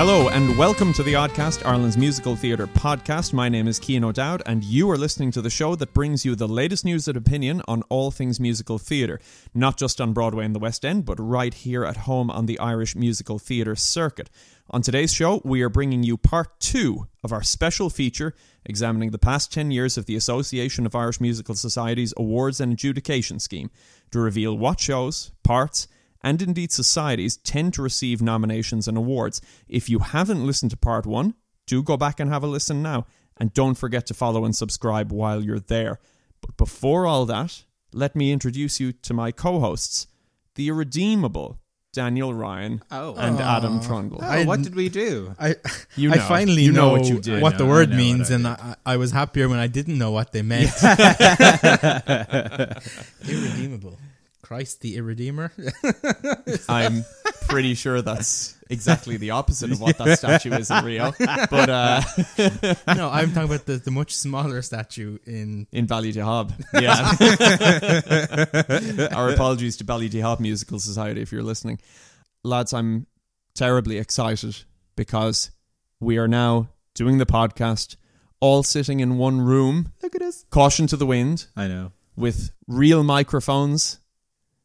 Hello and welcome to the Oddcast, Ireland's musical theatre podcast. My name is Kean O'Dowd, and you are listening to the show that brings you the latest news and opinion on all things musical theatre, not just on Broadway and the West End, but right here at home on the Irish musical theatre circuit. On today's show, we are bringing you part two of our special feature examining the past 10 years of the Association of Irish Musical Societies Awards and Adjudication Scheme to reveal what shows, parts, and indeed societies tend to receive nominations and awards. If you haven't listened to part one, do go back and have a listen now, and don't forget to follow and subscribe while you're there. But before all that, let me introduce you to my co hosts, the irredeemable Daniel Ryan Oh. and Adam Trundle. Oh, what did we do? I, You I know. finally You know know, what what, you did. the I know, word I know means, what I and I, I was happier when I didn't know what they meant. Irredeemable. Christ the Irredeemer. I'm pretty sure that's exactly the opposite of what that statue is in Rio, but uh, no, I'm talking about the, the much smaller statue in. in Ballydehob. Yeah. Our apologies to Ballydehob Musical Society if you're listening. Lads, I'm terribly excited because we are now doing the podcast all sitting in one room. Look at us. Caution to the wind I know. with real microphones,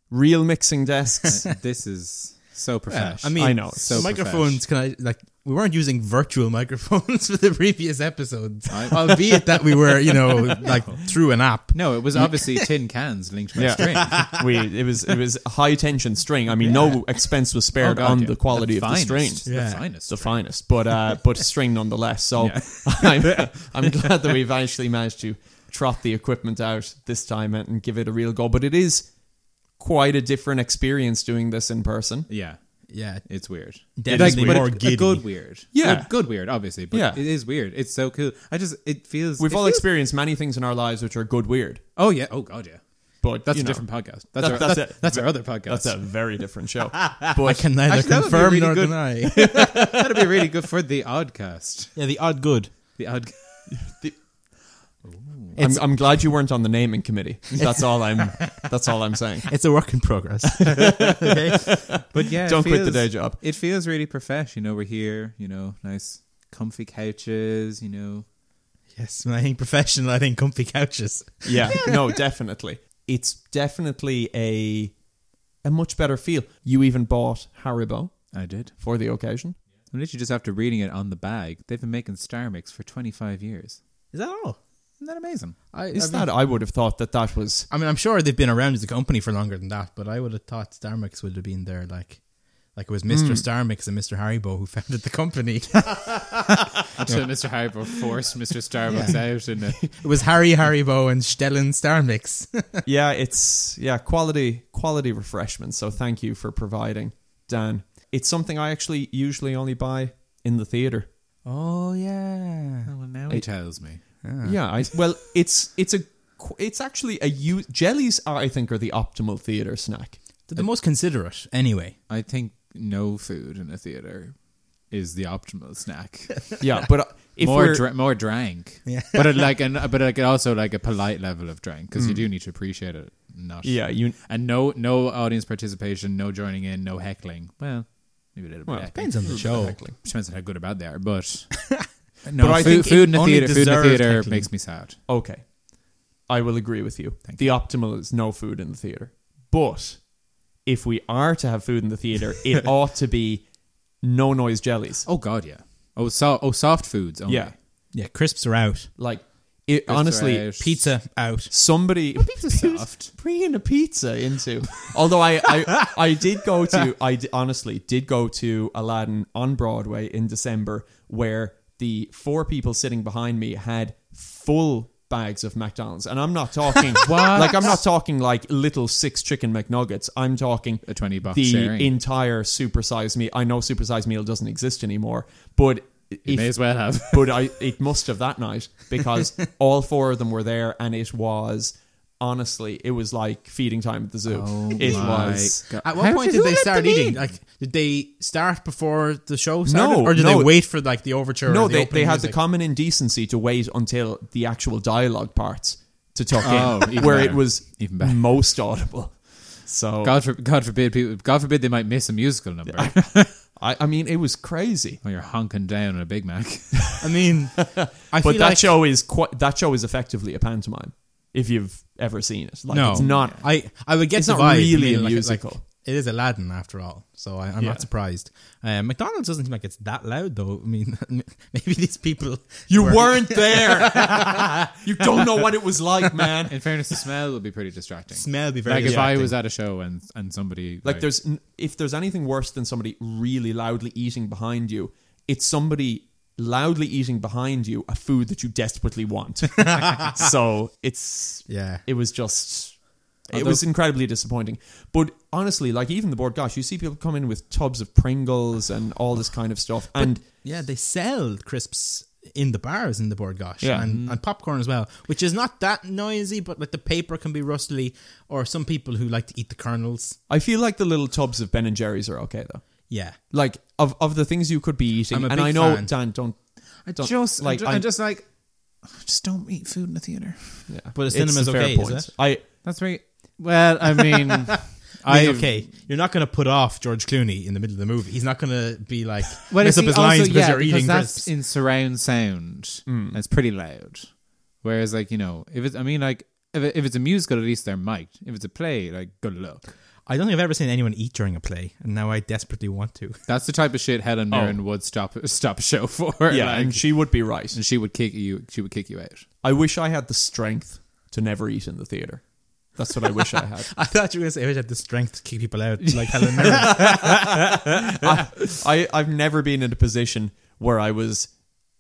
real mixing desks. this is so Yeah, professional. I mean, I know. So the microphones. Can I like? We weren't using virtual microphones for the previous episodes, albeit that we were, you know, like through an app. no, it was obviously tin cans linked to my Yeah. string. we it was it was high tension string. I mean, no expense was spared Oh, God, on yeah. the quality of finest, the string. Yeah. The finest. the finest, but uh, but string nonetheless. So I'm, I'm glad that we've actually managed to trot the equipment out this time and, and give it a real go. But it is quite a different experience doing this in person. yeah, Yeah, it's weird. Definitely but more a- a giddy. good weird. Yeah. Good, good weird, obviously, but Yeah. it is weird. It's so cool. I just, it feels. We've it all feels- experienced many things in our lives which are good weird, Oh, yeah. Oh, God, yeah. but That's you a know, different podcast. That's, That- our, that's that's, it. that's our other podcast. That's a very different show. I But can neither Actually, that would be confirm really nor good. deny. That'd be really good for the oddcast. yeah, the odd good. The odd. I'm, I'm glad you weren't on the naming committee. That's all I'm. That's all I'm saying. It's a work in progress. okay. But yeah, it Don't quit the feels- day job. It feels really profesh. You know, we're here, you know, nice comfy couches, you know. Yes, when I think professional, I think comfy couches. Yeah, no, definitely. It's definitely a a much better feel. You even bought Haribo I did. for the occasion. I'm literally just after reading it on the bag. They've been making Star Mix for 25 years. Is that all? Isn't that amazing? I, Is I that? I would have thought that that was. I mean, I'm sure they've been around as a company for longer than that, but I would have thought Starmix would have been there, like, like it was Mr. Hmm. Starmix and Mr. Haribo who founded the company. it Until Mr. Harbour forced Mr. Star Mix out. And was Harry Haribo and Stellan Starmix. Yeah, it's yeah quality quality refreshments. So thank you for providing, Dan. It's something I actually usually only buy in the theater. oh yeah, Oh, now he tells me. Yeah, I, well, it's it's a qu- it's actually a u- jellies. Are, I think are the optimal theater snack. they're the most considerate. Anyway, I think no food in a theater is the optimal snack. Yeah, but uh, if more we're, dra- more drank. Yeah. but it like an, but like also like a polite level of drank because you do need to appreciate it. Not yeah, you and no no audience participation, no joining in, no heckling. Well, maybe a little bit. Well, of heckling. depends on the show. depends on how good or bad they are, but no, But I food, think food in the only theater, food in the deserved theater heckling. makes me sad. Okay. I will agree with you. Thank the optimal is no food in the theater. But if we are to have food in the theater, it ought to be no noise jellies. Oh God, yeah. Oh, so, oh, soft foods. Only. Yeah. Yeah, crisps are out. Like it, That's honestly right. Pizza out. somebody pizza soft. bringing a pizza into. Although I, I, I did go to, I d- honestly did go to Aladdin on Broadway in December, where the four people sitting behind me had full bags of McDonald's, and I'm not talking like I'm not talking like little six chicken McNuggets. I'm talking A 20 box the sharing. entire supersize meal. I know supersize meal doesn't exist anymore, but. You may if- as well have. but I it must have that night because all four of them were there and it was honestly it was like feeding time at the zoo. it my was God. Oh At what How point did did you they let start them eating? in? Like, did they start before the show started, No, or did no. they wait for like the overture? no or the they, opening they had music? the common indecency to wait until the actual dialogue parts to tuck Oh, in even where it better. was Even better. most audible. So Oh. God, for, God forbid people. God forbid they might miss a musical number. I, I mean, it was crazy. When you're honking down on a Big Mac. I mean, I but feel that like show is quite, that show is effectively a pantomime if you've ever seen it. Like no, it's not. I I would get it's the not vibe, I really mean, a like- musical. like, it is Aladdin after all, so I, I'm Yeah. not surprised. Uh, McDonald's doesn't seem like it's that loud though. I mean, maybe these people you weren't there. you don't know what it was like, man. In fairness, the smell would be pretty distracting. smell be very like if I distracting. was at a show and and somebody Like there's n- if there's anything worse than somebody really loudly eating behind you, it's somebody loudly eating behind you a food that you desperately want. so it's yeah. it was just it Although- was incredibly disappointing. But honestly, like even the board, gosh, you see people come in with tubs of Pringles and all this kind of stuff, and Yeah, they sell crisps in the bars in the Board Gosh Yeah. and, and popcorn as well, which is not that noisy, but like the paper can be rustly, or some people who like to eat the kernels. I feel like the little tubs of Ben and Jerry's are okay though. Yeah. Like of of the things you could be eating, I'm a and big I know fan. Dan don't. I don't- just like, like I- I'm just like just don't eat food in the theater. Yeah. But a It's cinema's a fair okay, is point. it? I That's very well. I mean, I I okay. You're not going to put off George Clooney in the middle of the movie. He's not going to be like Well, mess it's up the- his lines also, because yeah, you're eating that's crisps. Hmm. in surround sound. It's pretty loud. Whereas, like you know, if it's I mean, like if, it, if it's a musical, at least they're mic'd. If it's a play, like good luck. I don't think I've ever seen anyone eat during a play, and now I desperately want to. That's the type of shit Helen Oh. Mirren would stop stop a show for. yeah, like, and she would be right. Mm. and she would kick you. She would kick you out. I wish I had the strength to never eat in the theater. That's what I wish I had. I thought you were going to say I wish I had the strength to kick people out like Helen Mirren. I, I I've never been in a position where I was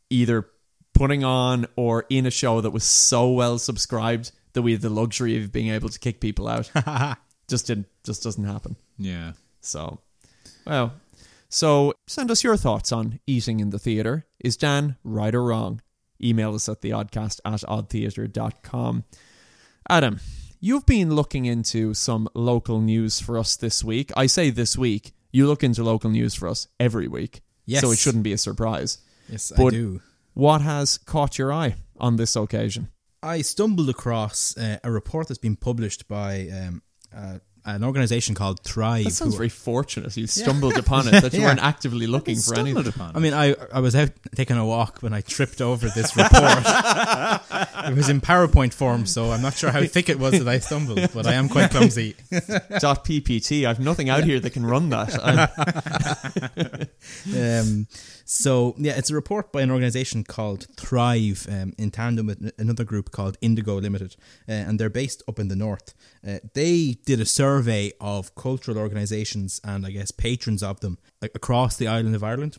either putting on or in a show that was so well subscribed that we had the luxury of being able to kick people out. just didn't just doesn't happen. Yeah. So well. So send us your thoughts on eating in the theatre. Is Dan right or wrong? Email us at theoddcast at oddtheatre.com. Adam, you've been looking into some local news for us this week. I say this week, you look into local news for us every week. Yes. So it shouldn't be a surprise. yes, I But- do. What has caught your eye on this occasion? I stumbled across uh, a report that's been published by um, uh, an organization called Thrive. That sounds who- very fortunate. You stumbled upon it, that you Yeah. weren't actively looking for anything. I mean, I I was out taking a walk when I tripped over this report. it was in PowerPoint form, so I'm not sure how thick it was that I stumbled, but I am quite clumsy. Dot PPT. I've nothing out here that can run that. I'm- um, so yeah, it's a report by an organization called Thrive um, in tandem with n- another group called Indigo Limited, uh, and they're based up in the north. Uh, they did a survey of cultural organizations and I guess patrons of them like, across the island of Ireland.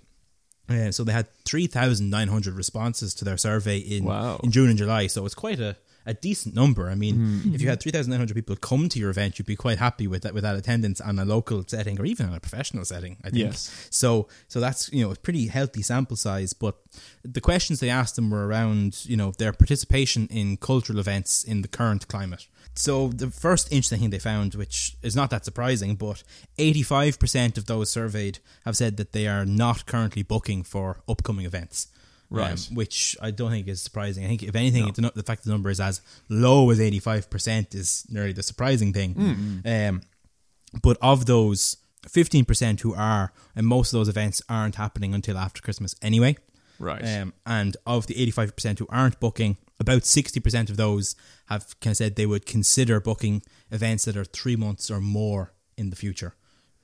Uh, so they had three thousand nine hundred responses to their survey in Wow. in June and July. So it's quite a a decent number. I mean, Mm-hmm. if you had 3,900 people come to your event, you'd be quite happy with that, with that attendance on a local setting or even on a professional setting, I think. Yes. So so that's you know a pretty healthy sample size, but the questions they asked them were around you know their participation in cultural events in the current climate. So the first interesting thing they found, which is not that surprising, but 85% of those surveyed have said that they are not currently booking for upcoming events. Um, Right. which I don't think is surprising. I think, if anything, the, nu- the fact the number is as low as 85% is nearly the surprising thing. Um, but of those, 15% who are, and most of those events aren't happening until after Christmas anyway. Right. Um, and of the 85% who aren't booking, about 60% of those have kind of said they would consider booking events that are three months or more in the future.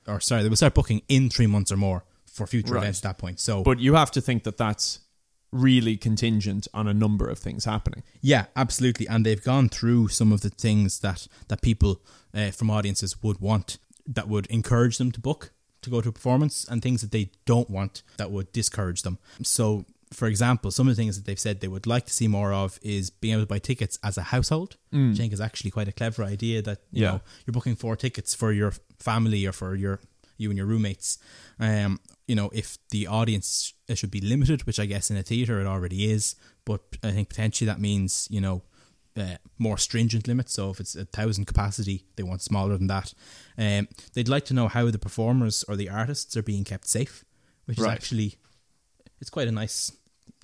Or, sorry, they will start booking in three months or more for future Right. events at that point. So, But you have to think that that's really contingent on a number of things happening. Yeah, absolutely. And they've gone through some of the things that that people uh, from audiences would want that would encourage them to book to go to a performance and things that they don't want that would discourage them. So, for example, some of the things that they've said they would like to see more of is being able to buy tickets as a household, which I think is actually quite a clever idea that you Yeah. know you're booking four tickets for your family or for your you and your roommates. Um, you know, if the audience it should be limited, which I guess in a theater it already is, but I think potentially that means you know uh, more stringent limits. So if it's a thousand capacity, they want smaller than that. Um, they'd like to know how the performers or the artists are being kept safe, which is Right. actually it's quite a nice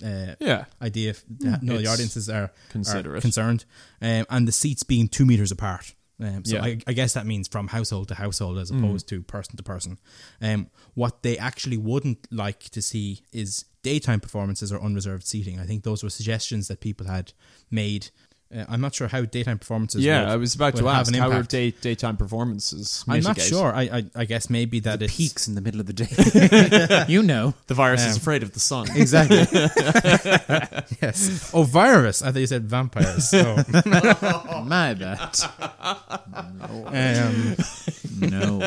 uh, Yeah. idea. If, uh, no, the It's audiences are, are considerate. concerned, um, and the seats being two meters apart. Um, so Yeah. Mm. I, I guess that means from household to household as opposed to person to person. Um, what they actually wouldn't like to see is daytime performances or unreserved seating. I think those were suggestions that people had made. Uh, I'm not sure how daytime performances. yeah, would- I was about would to have ask an how are impact. day, daytime performances? I'm not mitigate? sure. I, I I guess maybe that it's Peaks in the middle of the day. you know. The virus Um, is afraid of the sun. Exactly. yes. Oh, virus! I thought you said vampires. So, My bad. um, No.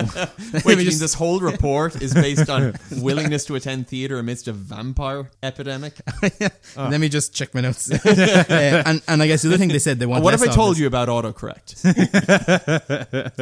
Wait, you mean this whole report is based on willingness to attend theater amidst a vampire epidemic? Let me just check my notes. Uh, and and I guess the other thing they said they want. what have less I told of you about autocorrect?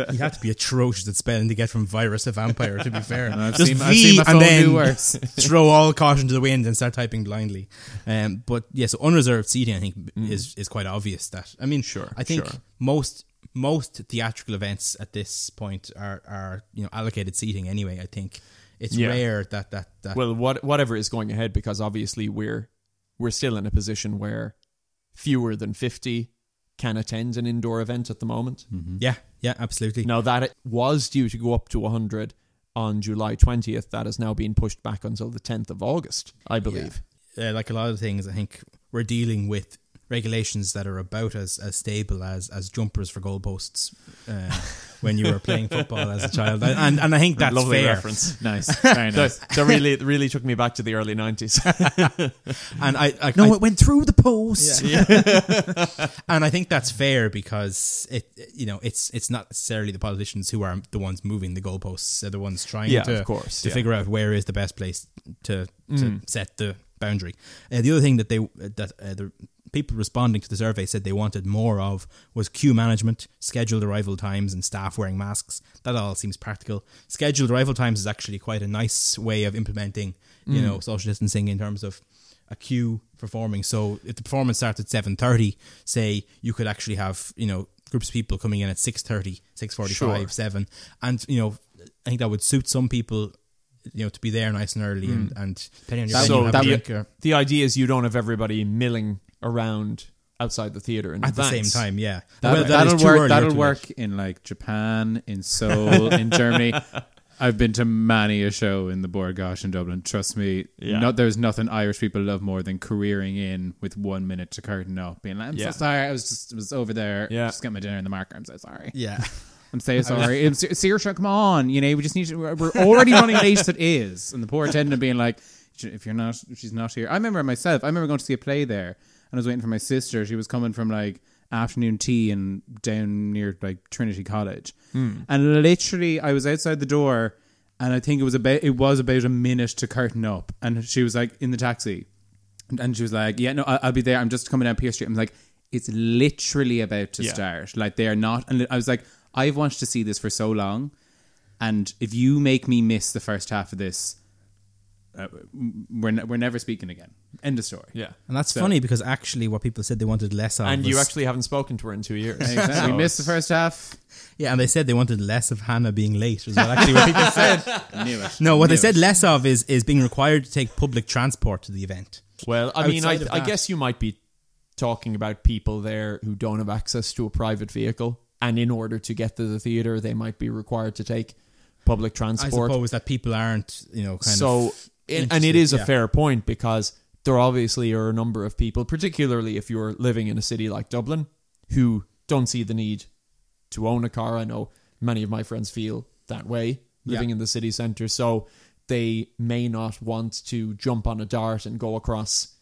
is- You have to be atrocious at spelling to get from virus to vampire. To be fair, I've Just seen- I've seen V my phone and then do worse. throw all caution to the wind and start typing blindly. Um, but yeah, so unreserved seating, I think, is is quite obvious. That I mean, Sure, I think sure. most most theatrical events at this point are are you know allocated seating anyway. I think it's Yeah. rare that that that well, what, whatever is going ahead, because obviously we're we're still in a position where fewer than fifty can attend an indoor event at the moment. yeah yeah absolutely Now that it was due to go up to hundred on July twentieth, that has now been pushed back until the tenth of August, I believe. uh, like a lot of things, I think we're dealing with regulations that are about as, as stable as, as jumpers for goalposts uh, when you were playing football as a child. And, and I think that's Lovely fair. reference. Nice. Very That, nice. that really really took me back to the early nineties. And I, I, I- it went through the post. and I think that's fair because it you know it's it's not necessarily the politicians who are the ones moving the goalposts, they're the ones trying Yeah, to of course, to yeah. figure out where is the best place to, to set the boundary. Uh, the other thing that they that uh, the people responding to the survey said they wanted more of was queue management, scheduled arrival times, and staff wearing masks. That all seems practical. Scheduled arrival times is actually quite a nice way of implementing you know social distancing in terms of a queue performing. So if the performance starts at seven thirty, say you could actually have you know groups of people coming in at 6.30 6.45 Sure. seven and you know i think that would suit some people you know to be there nice and early and, and depending on That- Mm. so your venue, have that a would- drink or- the idea is you don't have everybody milling around outside the theater in at the advance. same time yeah That, Well, that is will too early or work. too That'll late. work in like Japan, in Seoul, in Germany. I've been to many a show in the Borgosh in Dublin. Trust me, Yeah. not, there's nothing Irish people love more than careering in with one minute to curtain up, being like, "I'm Yeah. so sorry, I was just was over there, Yeah. just got my dinner in the marker. I'm so sorry, yeah I'm so sorry, I'm ser- Saoirse, come on, you know, we just need to. We're we're already running late as it is, and the poor attendant being like, "If you're not, if she's not here." I remember myself. I remember going to see a play there, and I was waiting for my sister. She was coming from like afternoon tea and down near like Trinity College, and literally, I was outside the door, and I think it was about it was about a minute to curtain up, and she was like in the taxi. And- And she was like, "Yeah, no, I- I'll be there. I'm just coming down Pier Street." I'm like, "It's literally about to Yeah. start. Like they are not." And I was like, "I've wanted to see this for so long, and if you make me miss the first half of this, uh, we're ne- we're never speaking again. End of story." Yeah. and that's So- funny because actually what people said they wanted less of And you was- actually haven't spoken to her in two years. Exactly. So we missed the it's- first half. yeah and they said they wanted less of hannah being late as well actually what people said I knew it. no what they Knew said it. less of is is being required to take public transport to the event Well, I mean, I, Outside of I that. guess you might be talking about people there who don't have access to a private vehicle, and in order to get to the theater, they might be required to take public i transport. suppose that people aren't you know kind of so, and and it interested, is a yeah. fair point because there obviously are a number of people, particularly if you're living in a city like Dublin, who don't see the need to own a car. I know many of my friends feel that way living in the city centre. So they may not want to jump on a dart and go across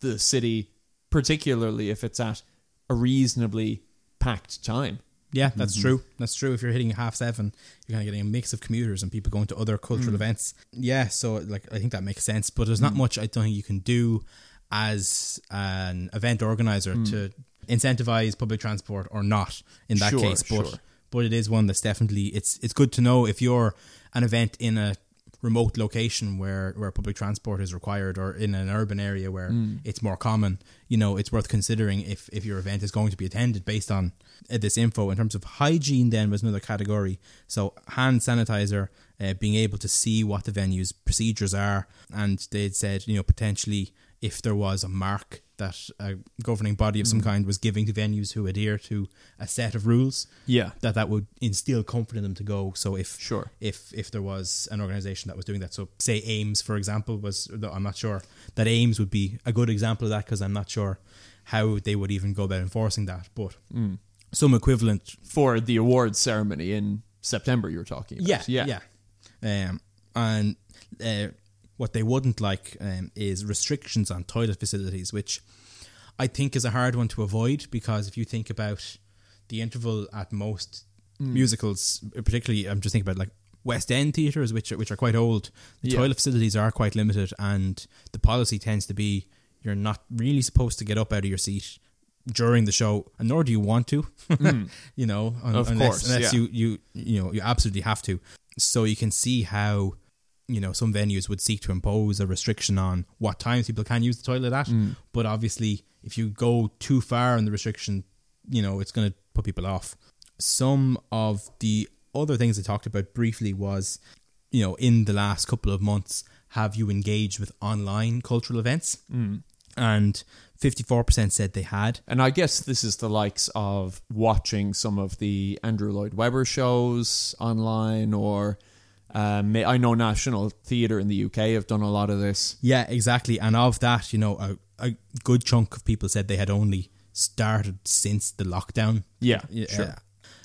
the city, particularly if it's at a reasonably packed time. Yeah, that's Mm-hmm. true. That's true. If you're hitting half seven, you're kind of getting a mix of commuters and people going to other cultural Mm. events. Yeah, so like I think that makes sense. But there's not much I don't think you can do as an event organizer Mm. to incentivize public transport or not in that Sure, case. But sure. but it is one that's definitely it's it's good to know if you're an event in a remote location where where public transport is required or in an urban area where it's more common you know it's worth considering if if your event is going to be attended based on uh, this info in terms of hygiene then was another category so hand sanitizer uh, being able to see what the venue's procedures are and they had said you know potentially if there was a mark that a governing body of some kind was giving to venues who adhere to a set of rules Yeah. that that would instill comfort in them to go. So if Sure. if if there was an organization that was doing that, so say Ames for example was, though I'm not sure that Ames would be a good example of that because I'm not sure how they would even go about enforcing that, but some equivalent For the awards ceremony in September, you were talking about. yeah, yeah, yeah. Um, and uh, what they wouldn't like um, is restrictions on toilet facilities, which I think is a hard one to avoid because if you think about the interval at most musicals, particularly, I'm just thinking about like West End theatres, which are, which are quite old. The Yeah. toilet facilities are quite limited, and the policy tends to be you're not really supposed to get up out of your seat during the show, and nor do you want to. you know, un- Of unless, course, unless yeah. you you you know you absolutely have to. So you can see how you know some venues would seek to impose a restriction on what times people can use the toilet at, Mm. but obviously if you go too far in the restriction, you know it's going to put people off. Some of the other things I talked about briefly was, you know, in the last couple of months, have you engaged with online cultural events? Mm. And fifty-four percent said they had. And I guess this is the likes of watching some of the Andrew Lloyd Webber shows online, or um, I know National Theatre in the UK have done a lot of this. Yeah, exactly. And of that, you know, a, a good chunk of people said they had only started since the lockdown. Yeah, Yeah, sure. uh,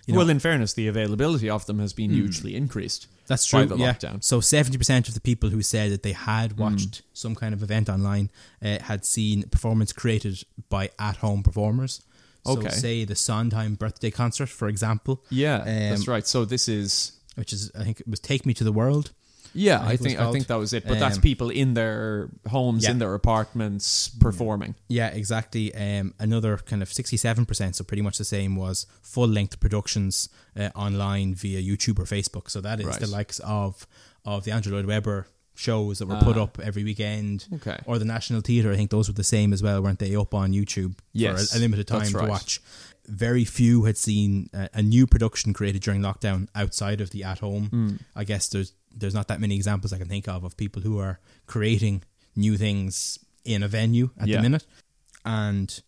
you know- Hmm. well, in fairness, the availability of them has been hugely increased. That's true. By the yeah. lockdown. Mm. So seventy percent of the people who said that they had watched some kind of event online uh, had seen performance created by at-home performers. Okay. So say the Sondheim birthday concert, for example. Yeah, Um, that's right. So this is Which is, I think, it was "Take Me to the World." yeah. I I think it was think I called. think that was it. But that's Um, people in their homes, Yeah. in their apartments, performing. Yeah, exactly. Um, another kind of 67%, so pretty much the same, was full length productions uh, online via YouTube or Facebook. So that is Right. the likes of, of the Andrew Lloyd Webber shows that were put up every weekend. Ah. Okay. Or the National Theatre, I think those were the same as well, weren't they? Up on YouTube Yes, for a, a limited time that's right. to watch. Very few had seen a, a new production created during lockdown outside of the at home. I guess there's there's not that many examples I can think of of people who are creating new things in a venue at Yeah. the minute. And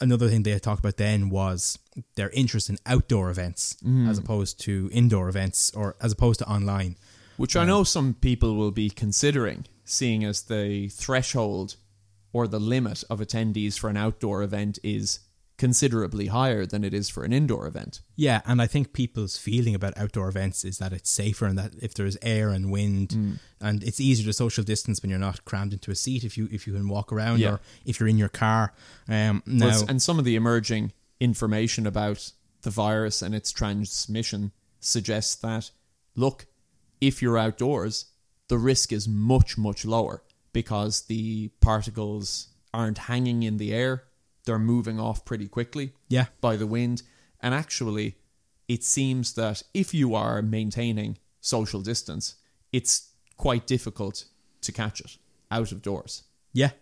another thing they had talked about then was their interest in outdoor events as opposed to indoor events or as opposed to online. which I know some people will be considering, seeing as the threshold or the limit of attendees for an outdoor event is considerably higher than it is for an indoor event. Yeah, and I think people's feeling about outdoor events is that it's safer and that if there's air and wind Mm. and it's easier to social distance when you're not crammed into a seat if you if you can walk around Yeah. or if you're in your car. Um now, Well, s- and some of the emerging information about the virus and its transmission suggests that, look, if you're outdoors, the risk is much, much lower because the particles aren't hanging in the air. They're moving off pretty quickly Yeah. by the wind. And actually, it seems that if you are maintaining social distance, it's quite difficult to catch it out of doors. Yeah,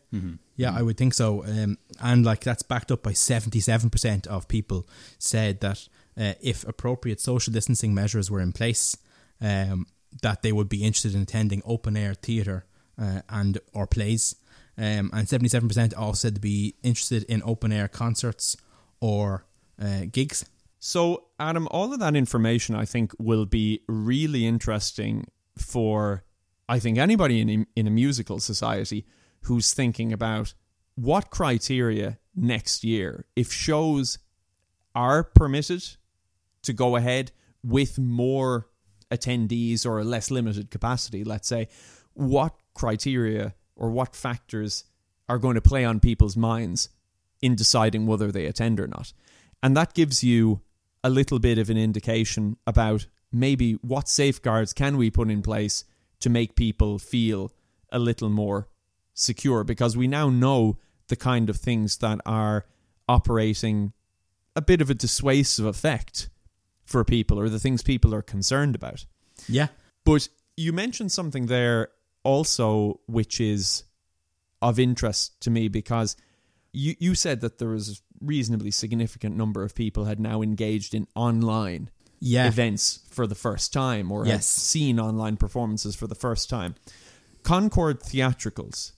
yeah, I would think so. Um, and like that's backed up by seventy-seven percent of people said that uh, if appropriate social distancing measures were in place, um, that they would be interested in attending open-air theatre uh, and or plays. Um, and seventy-seven percent all said to be interested in open-air concerts or uh, gigs. So, Adam, all of that information I think will be really interesting for I think anybody in in a musical society who's thinking about what criteria next year if shows are permitted to go ahead with more attendees or a less limited capacity, let's say, what criteria or what factors are going to play on people's minds in deciding whether they attend or not. And that gives you a little bit of an indication about maybe what safeguards can we put in place to make people feel a little more secure because we now know the kind of things that are operating a bit of a dissuasive effect for people or the things people are concerned about. Yeah, But you mentioned something there also which is of interest to me because you, you said that there was a reasonably significant number of people had now engaged in online yeah, events for the first time or had Yes. seen online performances for the first time. Concord Theatricals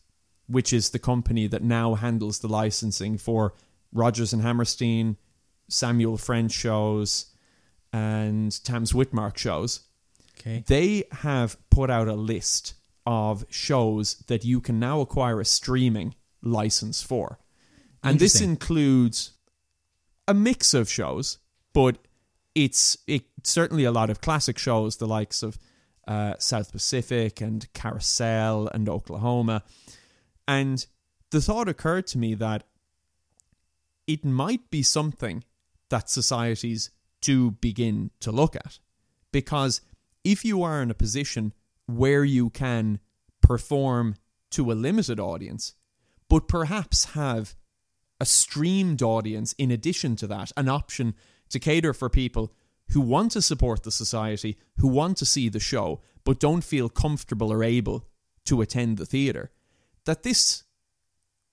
which is the company that now handles the licensing for Rogers and Hammerstein, Samuel French shows, and Tams Whitmark shows. Okay. They have put out a list of shows that you can now acquire a streaming license for. And this Interesting. includes a mix of shows, but it's it certainly a lot of classic shows, the likes of uh, South Pacific and Carousel and Oklahoma. And the thought occurred to me that it might be something that societies do begin to look at. Because if you are in a position where you can perform to a limited audience, but perhaps have a streamed audience in addition to that, an option to cater for people who want to support the society, who want to see the show, but don't feel comfortable or able to attend the theatre, that this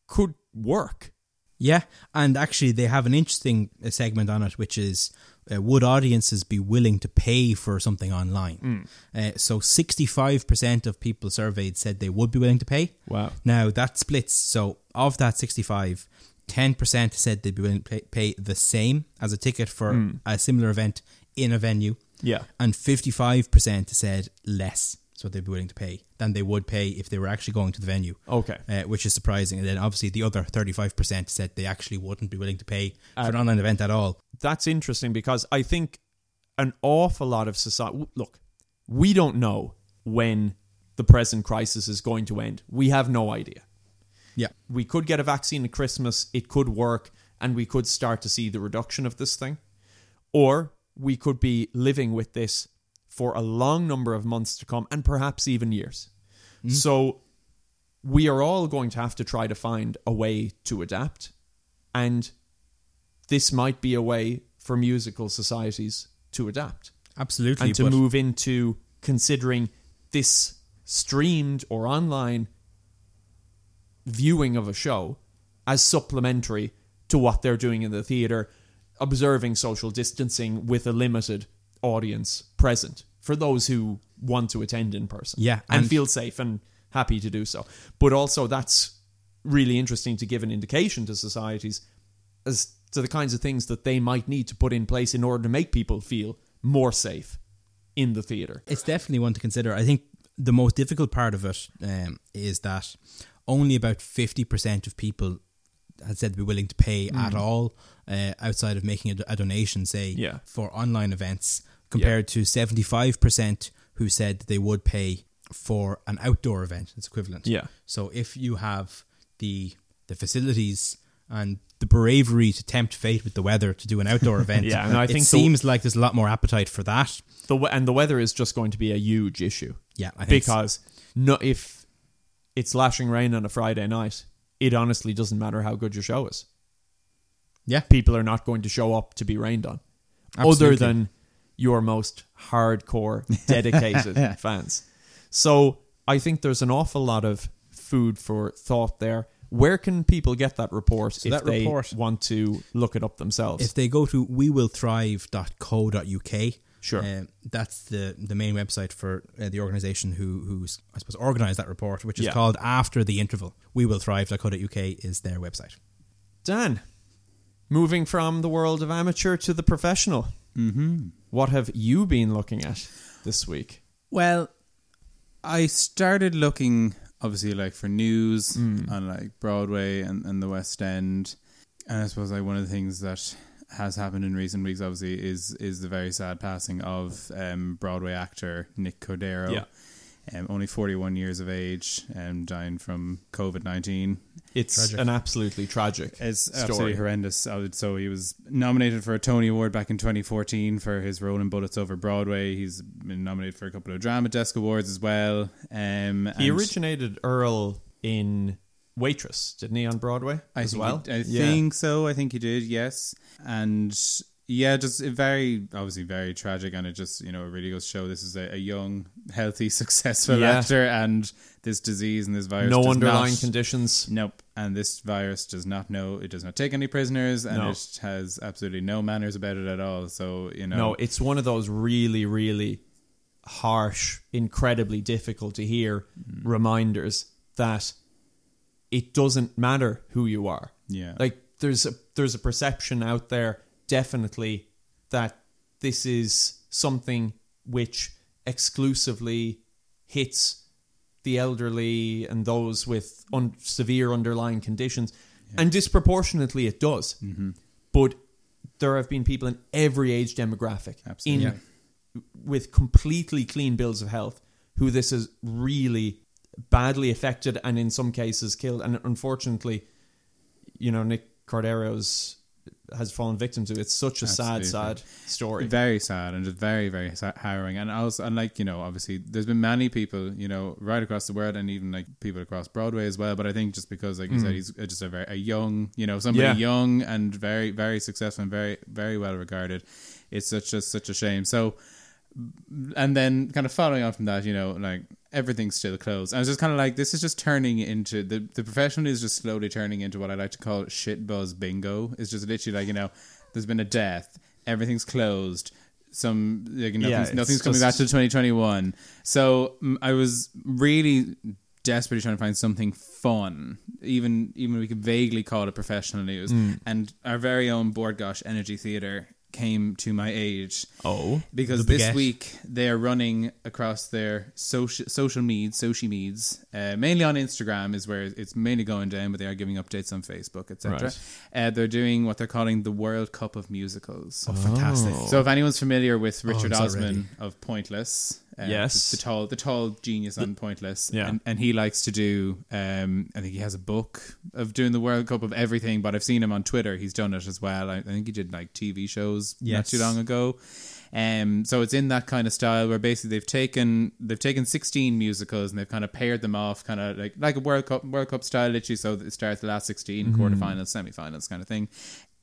could work. Yeah, and actually, they have an interesting uh, segment on it, which is uh, would audiences be willing to pay for something online? Uh, so, sixty-five percent of people surveyed said they would be willing to pay. Wow. Now that splits. So, of that sixty-five. 10% said they'd be willing to pay- pay the same as a ticket for a similar event in a venue. Yeah. and 55% said less is what they'd be willing to pay than they would pay if they were actually going to the venue. Okay. Uh, which is surprising. And then obviously the other 35% said they actually wouldn't be willing to pay Uh, for an online event at all. that's interesting because I think an awful lot of society. Look, we don't know when the present crisis is going to end. We have no idea. Yeah. We could get a vaccine at Christmas, it could work, and we could start to see the reduction of this thing. Or we could be living with this for a long number of months to come and perhaps even years. So we are all going to have to try to find a way to adapt. And this might be a way for musical societies to adapt Absolutely. and to but- move into considering this streamed or online viewing of a show as supplementary to what they're doing in the theater, observing social distancing with a limited audience present for those who want to attend in person. Yeah, And, and- feel safe and happy to do so. But also, that's really interesting to give an indication to societies as to the kinds of things that they might need to put in place in order to make people feel more safe in the theater. It's definitely one to consider. I think the most difficult part of it um, is that only about 50% of people had said they'd be willing to Mm. pay at all uh, outside of making a, do- a donation, say, Yeah. for online events, compared to 75% who said they would pay for an outdoor event. It's equivalent. Yeah. So if you have the the facilities and the bravery to tempt fate with the weather to do an outdoor event, Yeah, and I it think the- seems like there's a lot more appetite for that. The we- and the weather is just going to be a huge issue. Yeah, I think so. because no, if it's lashing rain on a Friday night, it honestly doesn't matter how good your show is. Yeah. people are not going to show up to be rained on, other Absolutely. than your most hardcore, dedicated fans. So I think there's an awful lot of food for thought there. Where can people get that report if that they report- want to look it up themselves? if they go to wewillthrive.co.uk Sure. uh, that's the the main website for uh, the organization who who's i suppose organized that report which is Yeah. called after the interval wewillthrive.co.uk is their website Dan, moving from the world of amateur to the professional, mm-hmm. what have you been looking at this week? Well, I started looking obviously like for news on like Broadway and, and the West End, and I suppose like one of the things that has happened in recent weeks obviously is is the very sad passing of um, Broadway actor Nick Cordero. Yeah. Um, only 41 years of age, um, dying from COVID 19. It's Tragic. an absolutely tragic It's story. absolutely horrendous. I would- So he was nominated for a Tony Award back in 2014 for his role in Bullets Over Broadway. He's been nominated for a couple of Drama Desk Awards as well. Um, He and originated Earl in Waitress, didn't he, on Broadway I as think well? he- I Yeah. think so. I think he did. Yes, and yeah, just a very obviously very tragic, and it just you know it really goes to show this is a, a young, healthy, successful Yeah. actor, and this disease and this virus. no does underlying not- conditions. Nope. And this virus does not know, it does not take any prisoners, and No. it has absolutely no manners about it at all. So, you know. No, it's one of those really, really Mm. harsh, incredibly difficult to hear reminders that it doesn't matter who you are. Yeah. Like there's a there's a perception out there definitely that this is something which exclusively hits the elderly and those with un- severe underlying conditions and disproportionately it does. Mm-hmm. But there have been people in every age demographic Absolutely. in with completely clean bills of health who this has really badly affected and in some cases killed. And unfortunately, you know, Nick Cordero's has fallen victim to it. It's such a sad, Absolutely. sad story. Very sad and just very, very sa- harrowing. And also, and like you know, obviously, there's been many people, you know, right across the world, and even like people across Broadway as well. But I think just because, like you said, he's uh, just a very a young, you know, somebody Hmm. Yeah. young and very, very successful and very, very well regarded. It's such a such a shame. So, and then kind of following on from that, you know, like everything's still closed. And it's just kind of like this is just turning into the the profession is just slowly turning into what I like to call shit buzz bingo. It's just literally like you know, there's been a death, everything's closed. Some like nothing's, Yeah, it's nothing's coming back just- to 2021. So mm, I was really desperately trying to find something fun, even even we could vaguely call it professional news. Mm. And our very own board gosh energy theater came to my age Oh. because The this baguette. week they are running across their social social meds, social meds, uh, mainly on Instagram is where it's mainly going down, but they are giving updates on Facebook, etc. Right. Uh, they're doing what they're calling the World Cup of Musicals. Oh, Fantastic. So if anyone's familiar with Richard is that Osman of Pointless, uh, Yes. the, the tall the tall genius on Pointless, Yeah. and, and he likes to do. Um, I think he has a book of doing the World Cup of everything, but I've seen him on Twitter. He's done it as well. I, I think he did like TV shows not Yes. too long ago. Um, so it's in that kind of style where basically they've taken they've taken sixteen musicals and they've kind of paired them off, kind of like like a World Cup World Cup style literally. So it starts the last 16 Mm-hmm. quarterfinals, semifinals, kind of thing.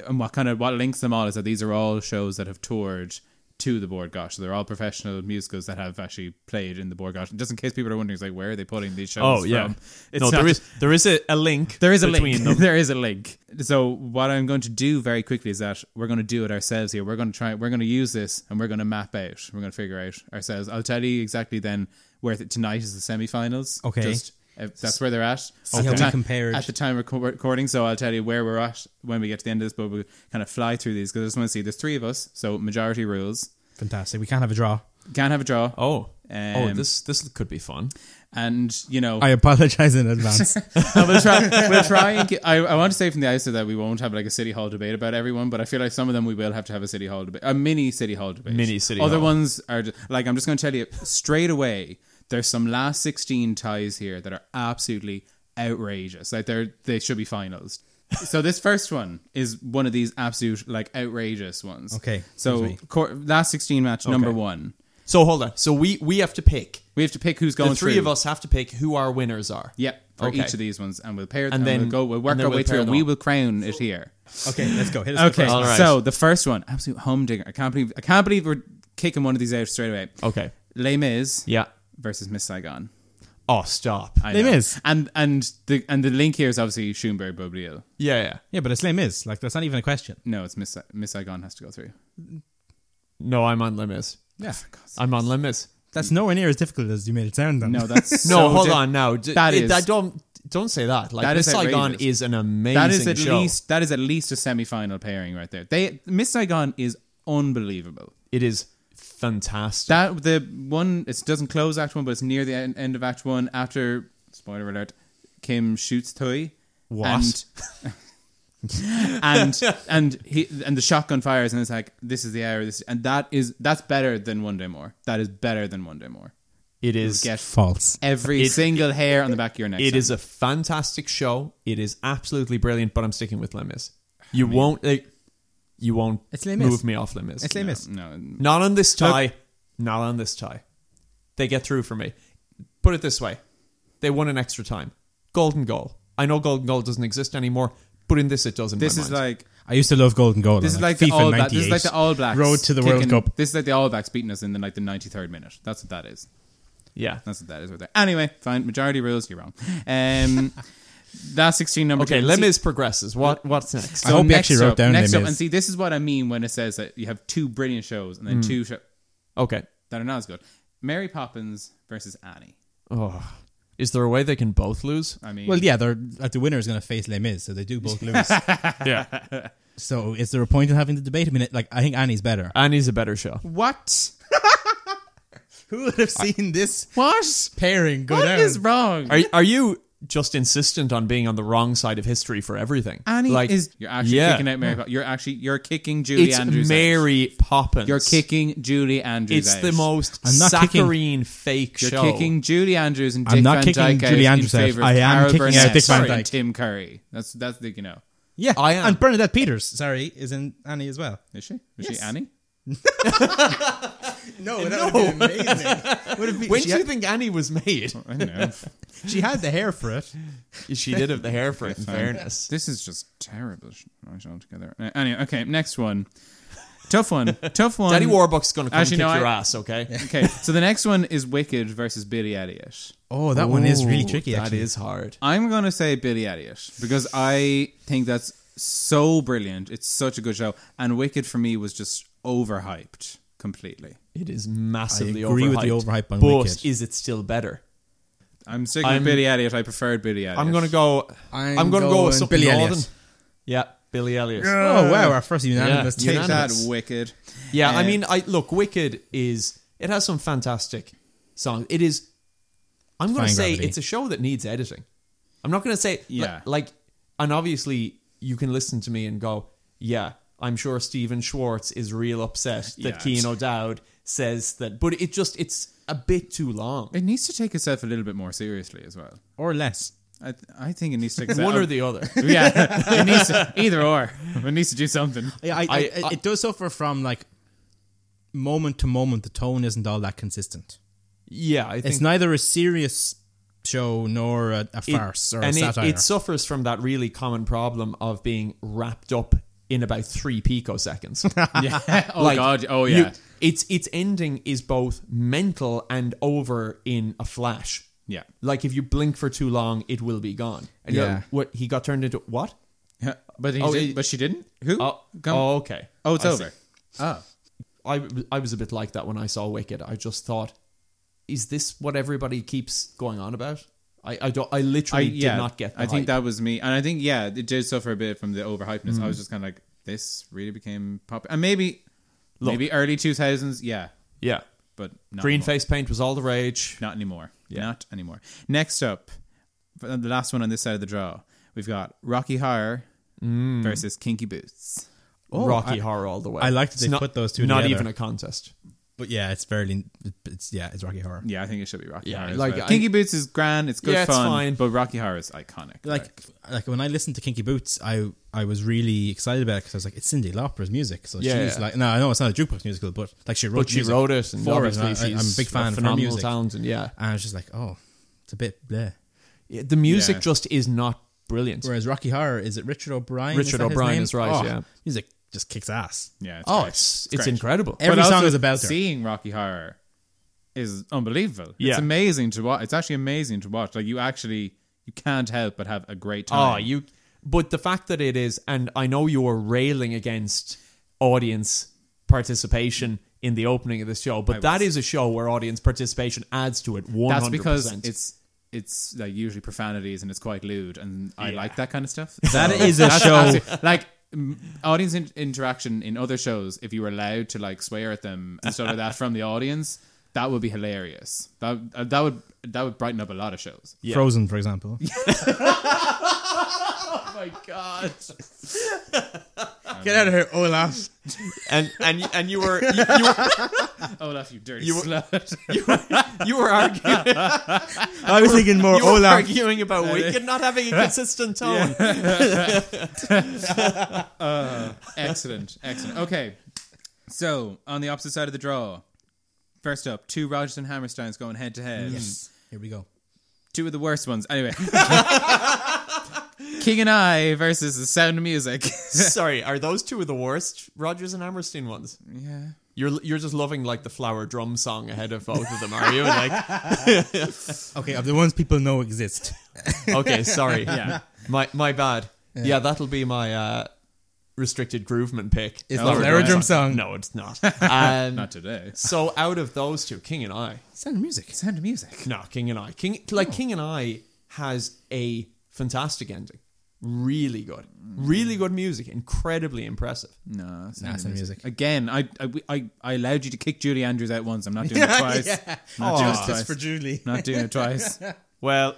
And what kind of what links them all is that these are all shows that have toured to the board gosh so they're all professional musicals that have actually played in the board gosh just in case people are wondering it's like where are they putting these shows Oh from? yeah. it's no, not- there is there is a, a link. there is a between link. them. there is a link. So what I'm going to do very quickly is that we're going to do it ourselves here. We're going to try. We're going to use this, and we're going to map out. We're going to figure out ourselves. I'll tell you exactly then where th- tonight is the semifinals. Okay. Just, uh, that's where they're at. See At how the we ti- compared. at the time of reco- recording. So I'll tell you where we're at when we get to the end of this. But we'll kind of fly through these because I just want to see. There's three of us, so majority rules. Fantastic. We can't have a draw. Can't have a draw. Oh. oh, Um, this this could be fun. And you know, I apologize in advance. No, we'll try. We'll try. And get, I, I want to say from the outset that we won't have like a city hall debate about everyone, but I feel like some of them we will have to have a city hall debate, a mini city hall debate. Mini city Other hall. ones are ju- like I'm just going to tell you straight away. There's some last 16 ties here that are absolutely outrageous. Like they're they should be finals. so this first one is one of these absolute like outrageous ones. Okay, So excuse cor- last 16 match number one. So hold on. So we we have to pick. We have to pick who's going The three through. of us have to pick who our winners are. Yep. For Okay. each of these ones, and we'll pair And and, then then- we'll go. We'll and work then our we'll way pair through, and them we all. will crown it here. okay, let's go. Hit us with the Okay, first one. All right. so the first one, absolute humdinger. I can't believe I can't believe we're kicking one of these out straight away. Okay. Les Mis Oh. Yeah. versus Miss Saigon. Oh, stop. I Les know. Mis. and and the and the link here is obviously Schoenberg Bobliel. yeah, yeah. Yeah, but it's lame is like that's not even a question. No, it's Miss Sa- Miss Saigon has to go through. Oh, No, I'm on limits. Yeah, I'm on limits. that's nowhere near as difficult as you made it sound. Then. No, that's No, so hold di- on now. D- That it- is- that don't don't say that. Like That Miss is Saigon outrageous. is an amazing That is at show. least that is at least a semi final pairing right there. They Miss Saigon is unbelievable. it is fantastic. That the one it doesn't close Act One, but it's near the end, end of Act One. After spoiler alert, Kim shoots Toy. What? And and and he and the shotgun fires and it's like this is the hour. This and that is that's better than one day more. That is better than one day more. it is Get false. every It- single hair on the back of your neck. It Sam. is a fantastic show. It is absolutely brilliant, but I'm sticking with Lemis. You won't like, you won't It's Les Mis. move me off Lemis. It's lame is. no. Not on this tie. Not on this tie. They get through for me. Put it this way. They won an extra time. Golden goal. I know golden goal doesn't exist anymore, but in this it does in This my is mind. like I used to love Golden Goal. this is like FIFA the All Black, '98. This is like the All Blacks road to the World kicking- Cup. This is like the All Blacks beating us in the like the ninety third minute. That's what that is. Yeah. That's what that is right there. Anyway, fine. Majority rules. You're wrong. Um, that's 16 number. Okay, two. See- Lemis progresses. What what's next? I hope you next actually wrote up- down next Les up, Mis. and see, this is what I mean when it says that you have two brilliant shows Hmm. and then two sho- Okay. that are not as good. Mary Poppins versus Annie. Oh. Is there a way they can both lose? I mean, Well, yeah, they're uh, the winner is going to face Les Mis, so they do both lose. yeah. so is there a point in having the debate? I mean, it- like I think Annie's better. Annie's a better show. What? Who would have seen this what? pairing go What down? is wrong? Hmm. Are, are you just insistent on being on the wrong side of history for everything? Annie Like, is. You're actually yeah. kicking out Mary. Pop- You're actually you're kicking Julie It's Andrews. out. Mary Poppins. You're kicking Julie Andrews. It's out. the most I'm not kicking- saccharine fake You're show. kicking Julie Andrews and Dick I'm not Van kicking Dyke out Julie in Andrews out. favor of I am Cara kicking out Burnett Dick Van Dyke. and Tim Curry. That's that's the you know. Yeah, I am. And Bernadette Peters, sorry, is in Annie as well. Is she? Is Yes. she Annie? No, that would have been amazing. would have been, When she, do you think Annie was made? I don't know. had, she had the hair for it. She did have the hair for it, in fairness. This is just terrible sh- right altogether. Uh, Anyway, okay, next one. Tough one. Tough one. Daddy Warbucks going to come Actually, kick no, I- your ass, okay? Okay, so the next one is Wicked versus Billy Elliot. Oh, that one is really Ooh, tricky. That actually. is hard. I'm gonna say Billy Elliot because I think that's so brilliant. It's such a good show, and Wicked for me was just overhyped completely. It is massively I agree overhyped. with the overhype on but Wicked. is it still better? I'm sticking with I'm- Billy Elliot. I preferred Billy Elliot. I'm gonna go. I'm, I'm gonna go with going something Billy northern. Elliot. Yeah, Billy Elliot. Yeah, Oh wow, our first unanimous Yeah. take. take that Unanimous. Wicked. I Uh, mean, I look. Wicked is it has some fantastic songs. It is. I'm gonna Defying say Gravity. it's a show that needs editing. I'm not gonna say Yeah. li- like, and obviously you can listen to me and go, yeah. I'm sure Stephen Schwartz is real upset that Yeah. Keane O'Dowd says that, but it just it's a bit too long. it needs to take itself a little bit more seriously as well. or less. I th- I think it needs to take itself- One or the other. yeah, it needs to, either or. It needs to do something. Yeah, I, I, I- I- it does suffer from like moment to moment. The tone isn't all that consistent. Yeah, I think It's neither a serious show nor a, a it- farce or a and it- satire. It, suffers from that really common problem of being wrapped up in about three picoseconds. Yeah. Oh Like, God. Oh you- yeah. its its ending is both mental and over in a flash. Yeah. Like if you blink for too long, it will be gone. And you're Yeah. like, what he got turned into what? yeah. But he Oh, did, it- but she didn't. Who? Oh, Come- oh, okay. oh, it's I see. over. Oh. I I was a bit like that when I saw Wicked. I just thought, is this what everybody keeps going on about? I, I don't. I literally did not get. The I think hype. that was me, and I think yeah, it did suffer a bit from the overhypeness. Mm-hmm. I was just kind of like, this really became popular, and maybe maybe early two thousands, yeah, Yeah. but not Green anymore. face paint was all the rage. not anymore, not anymore. Next up, the last one on this side of the draw, we've got Rocky Horror Mm. versus Kinky Boots. Rocky Horror all the way. Oh, I like that It's they not- put those two Not together. even a contest. but yeah, it's fairly. It's yeah, it's Rocky Horror. Yeah, I think it should be Rocky Yeah, Horror. as like, well. I- Kinky Boots is grand, it's good Yeah, it's fun, fine. but Rocky Horror is iconic. Like like when I listened to Kinky Boots, I I was really excited about it because I was like, it's Cindy Lauper's music. So Yeah, she's yeah. like, no, I know it's not a jukebox musical, but like she wrote. But she music wrote it, and for obviously and I, she's am a big fan a of her phenomenal music. talent. And yeah. And I was just like, oh, it's a bit bleh. Yeah, the music Yeah. just is not brilliant. Whereas Rocky Horror, is it Richard O'Brien? Richard that his O'Brien name? is right, Oh, yeah. music just kicks ass. yeah, it's oh, great. it's it's great. incredible. Every But song also is a belter. Seeing Rocky Horror is unbelievable. Yeah. It's amazing to watch. It's actually amazing to watch. Like you actually, you can't help but have a great time. Oh, you. But the fact that it is, and I know you were railing against audience participation in the opening of this show, but that is a show where audience participation adds to it. One That's hundred because percent. it's it's like usually profanities and it's quite lewd, and I Yeah. like that kind of stuff. That So is a that's show- absolute- like. mm, Audience in- interaction in other shows, if you were allowed to like swear at them and stuff like that from the audience, that would be hilarious. That uh, that would that would brighten up a lot of shows. Yeah. Frozen, for example. Oh my god! Get out of here, Olaf. and and and you were you, you were Olaf, Oh, you dirty You- slut. you were arguing I was thinking more you were arguing about Wicked not having a consistent tone. excellent, excellent. Okay, so on the opposite side of the draw, first up, two Rodgers and Hammersteins going head to head. Here we go. Two of the worst ones. Anyway, King and I versus The Sound of Music. Sorry, are those two of the worst Rogers and Hammerstein ones? yeah. You're you're just loving like the flower drum song ahead of both of them, are you? Like, Okay, of the ones people know exist. okay, sorry, yeah, my my bad. Yeah, that'll be my uh, restricted grooveman pick. It's No, not it's Lara Drum song. No, it's not. Um, Not today. So out of those two, King and I. Sound of music. Sound of music. No, King and I. King like King and I has a fantastic ending. Really good. Really good music. Incredibly impressive. No, sound, Nah, of sound of music. Again, I, I, I, I allowed you to kick Julie Andrews out once. I'm not doing it twice. yeah. Oh, Not doing it Justice twice. for Julie. Not doing it twice. Well,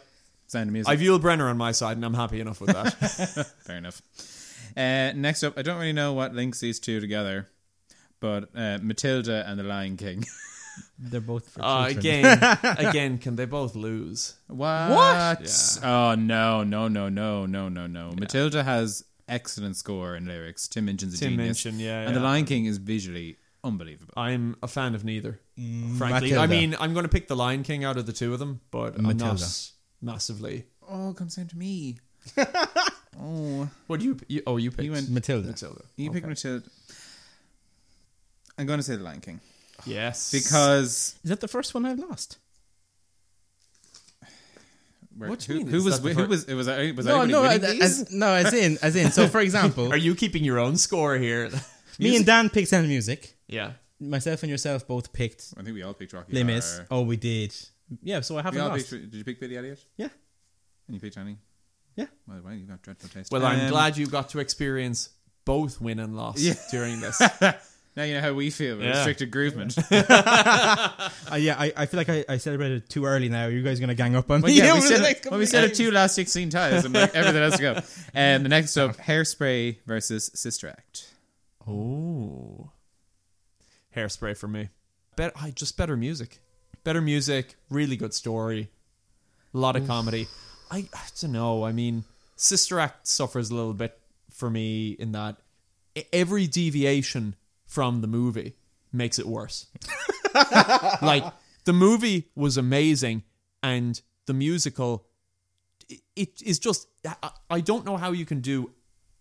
Sound of music. I've Yul Brenner on my side and I'm happy enough with that. Fair enough. Uh, next up, I don't really know what links these two together, but uh, Matilda and the Lion King. They're both for uh, children. again, again, can they both lose? what? Oh no, no, no, no, no, no, no. Matilda has excellent score and lyrics. Tim Minchin's a Tim genius. Minchin, yeah, And the yeah. Lion King is visually unbelievable. I'm a fan of neither. frankly, Matilda. I mean, I'm going to pick the Lion King out of the two of them, but I'm Matilda. not massively. Oh, comes down to me. What do you, you? Oh, you picked You went- Matilda. Matilda. You pick Matilda. I'm going to say the Lion King Yes, because Is that the first one I've lost? What do who, you mean? who Is was that the who fir- was it was I- was No, anybody no, winning as, these? as- no, as in, as in. So, for example, are you keeping your own score here? me and Dan picked Sound of Music. yeah, Myself and yourself both picked I think we all picked Rocky Les Mis. Horror. Oh, we did. Yeah, so I We haven't all lost. picked, did you pick Billy Elliot? Yeah. And you picked Annie? Yeah. Well, well, you've got dreadful taste. Well, I'm Um, glad you got to experience both win and loss during this. Now you know how we feel about Yeah. restricted groovement. Uh, yeah, I, I feel like I, I celebrated too early now. You guys are going to gang up on Well, me. yeah, we over the said, next couple well, we of said it days. two last 16 times and like everything else to go. And the next up, Hairspray versus Sister Act. oh, hairspray for me. Bet I just better music, better music, really good story, a lot of comedy. I, I don't know. I mean, Sister Act suffers a little bit for me in that e- every deviation from the movie makes it worse. like the movie was amazing, and the musical, i- it is just. I- I don't know how you can do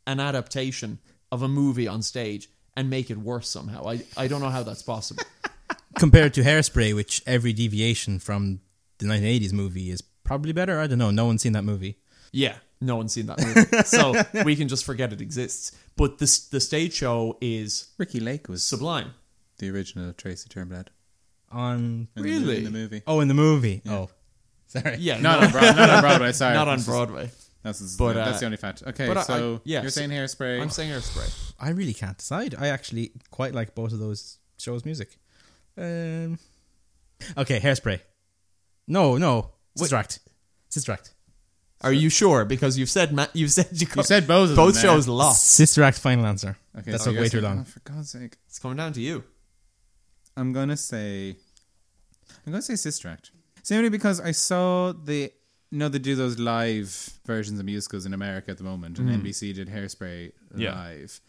an adaptation of a movie on stage and make it worse somehow. I I don't know how that's possible. Compared to Hairspray, which every deviation from the 1980s movie is probably better. I don't know. No one's seen that movie. Yeah, no one's seen that movie, so we can just forget it exists. But this the stage show is Ricky Lake was sublime. the original Tracy Turnblad. On. in the mo- Really? In the movie. Oh, in the movie. Oh. Sorry. Yeah, Not on Broadway. Not on Broadway. Sorry. not on This is- Broadway. That's, this is- But, that's uh, the only fact. Okay, but I- so I- yes. you're saying Hairspray. I'm saying Airspray. I really can't decide. I actually quite like both of those shows' music. Um, okay, Hairspray. No, no. Sister Act. Sister Act. Are you sure? Because you've said ma- you've said you, you said both of them both there. shows lost. Sister Act final answer. Okay, That's so not you're way too saying- Oh, long. for God's sake. It's coming down to you. I'm gonna say, I'm gonna say Sister Act simply because I saw the you know they do those live versions of musicals in America at the moment, and NBC did Hairspray Mm-hmm. Yeah. live.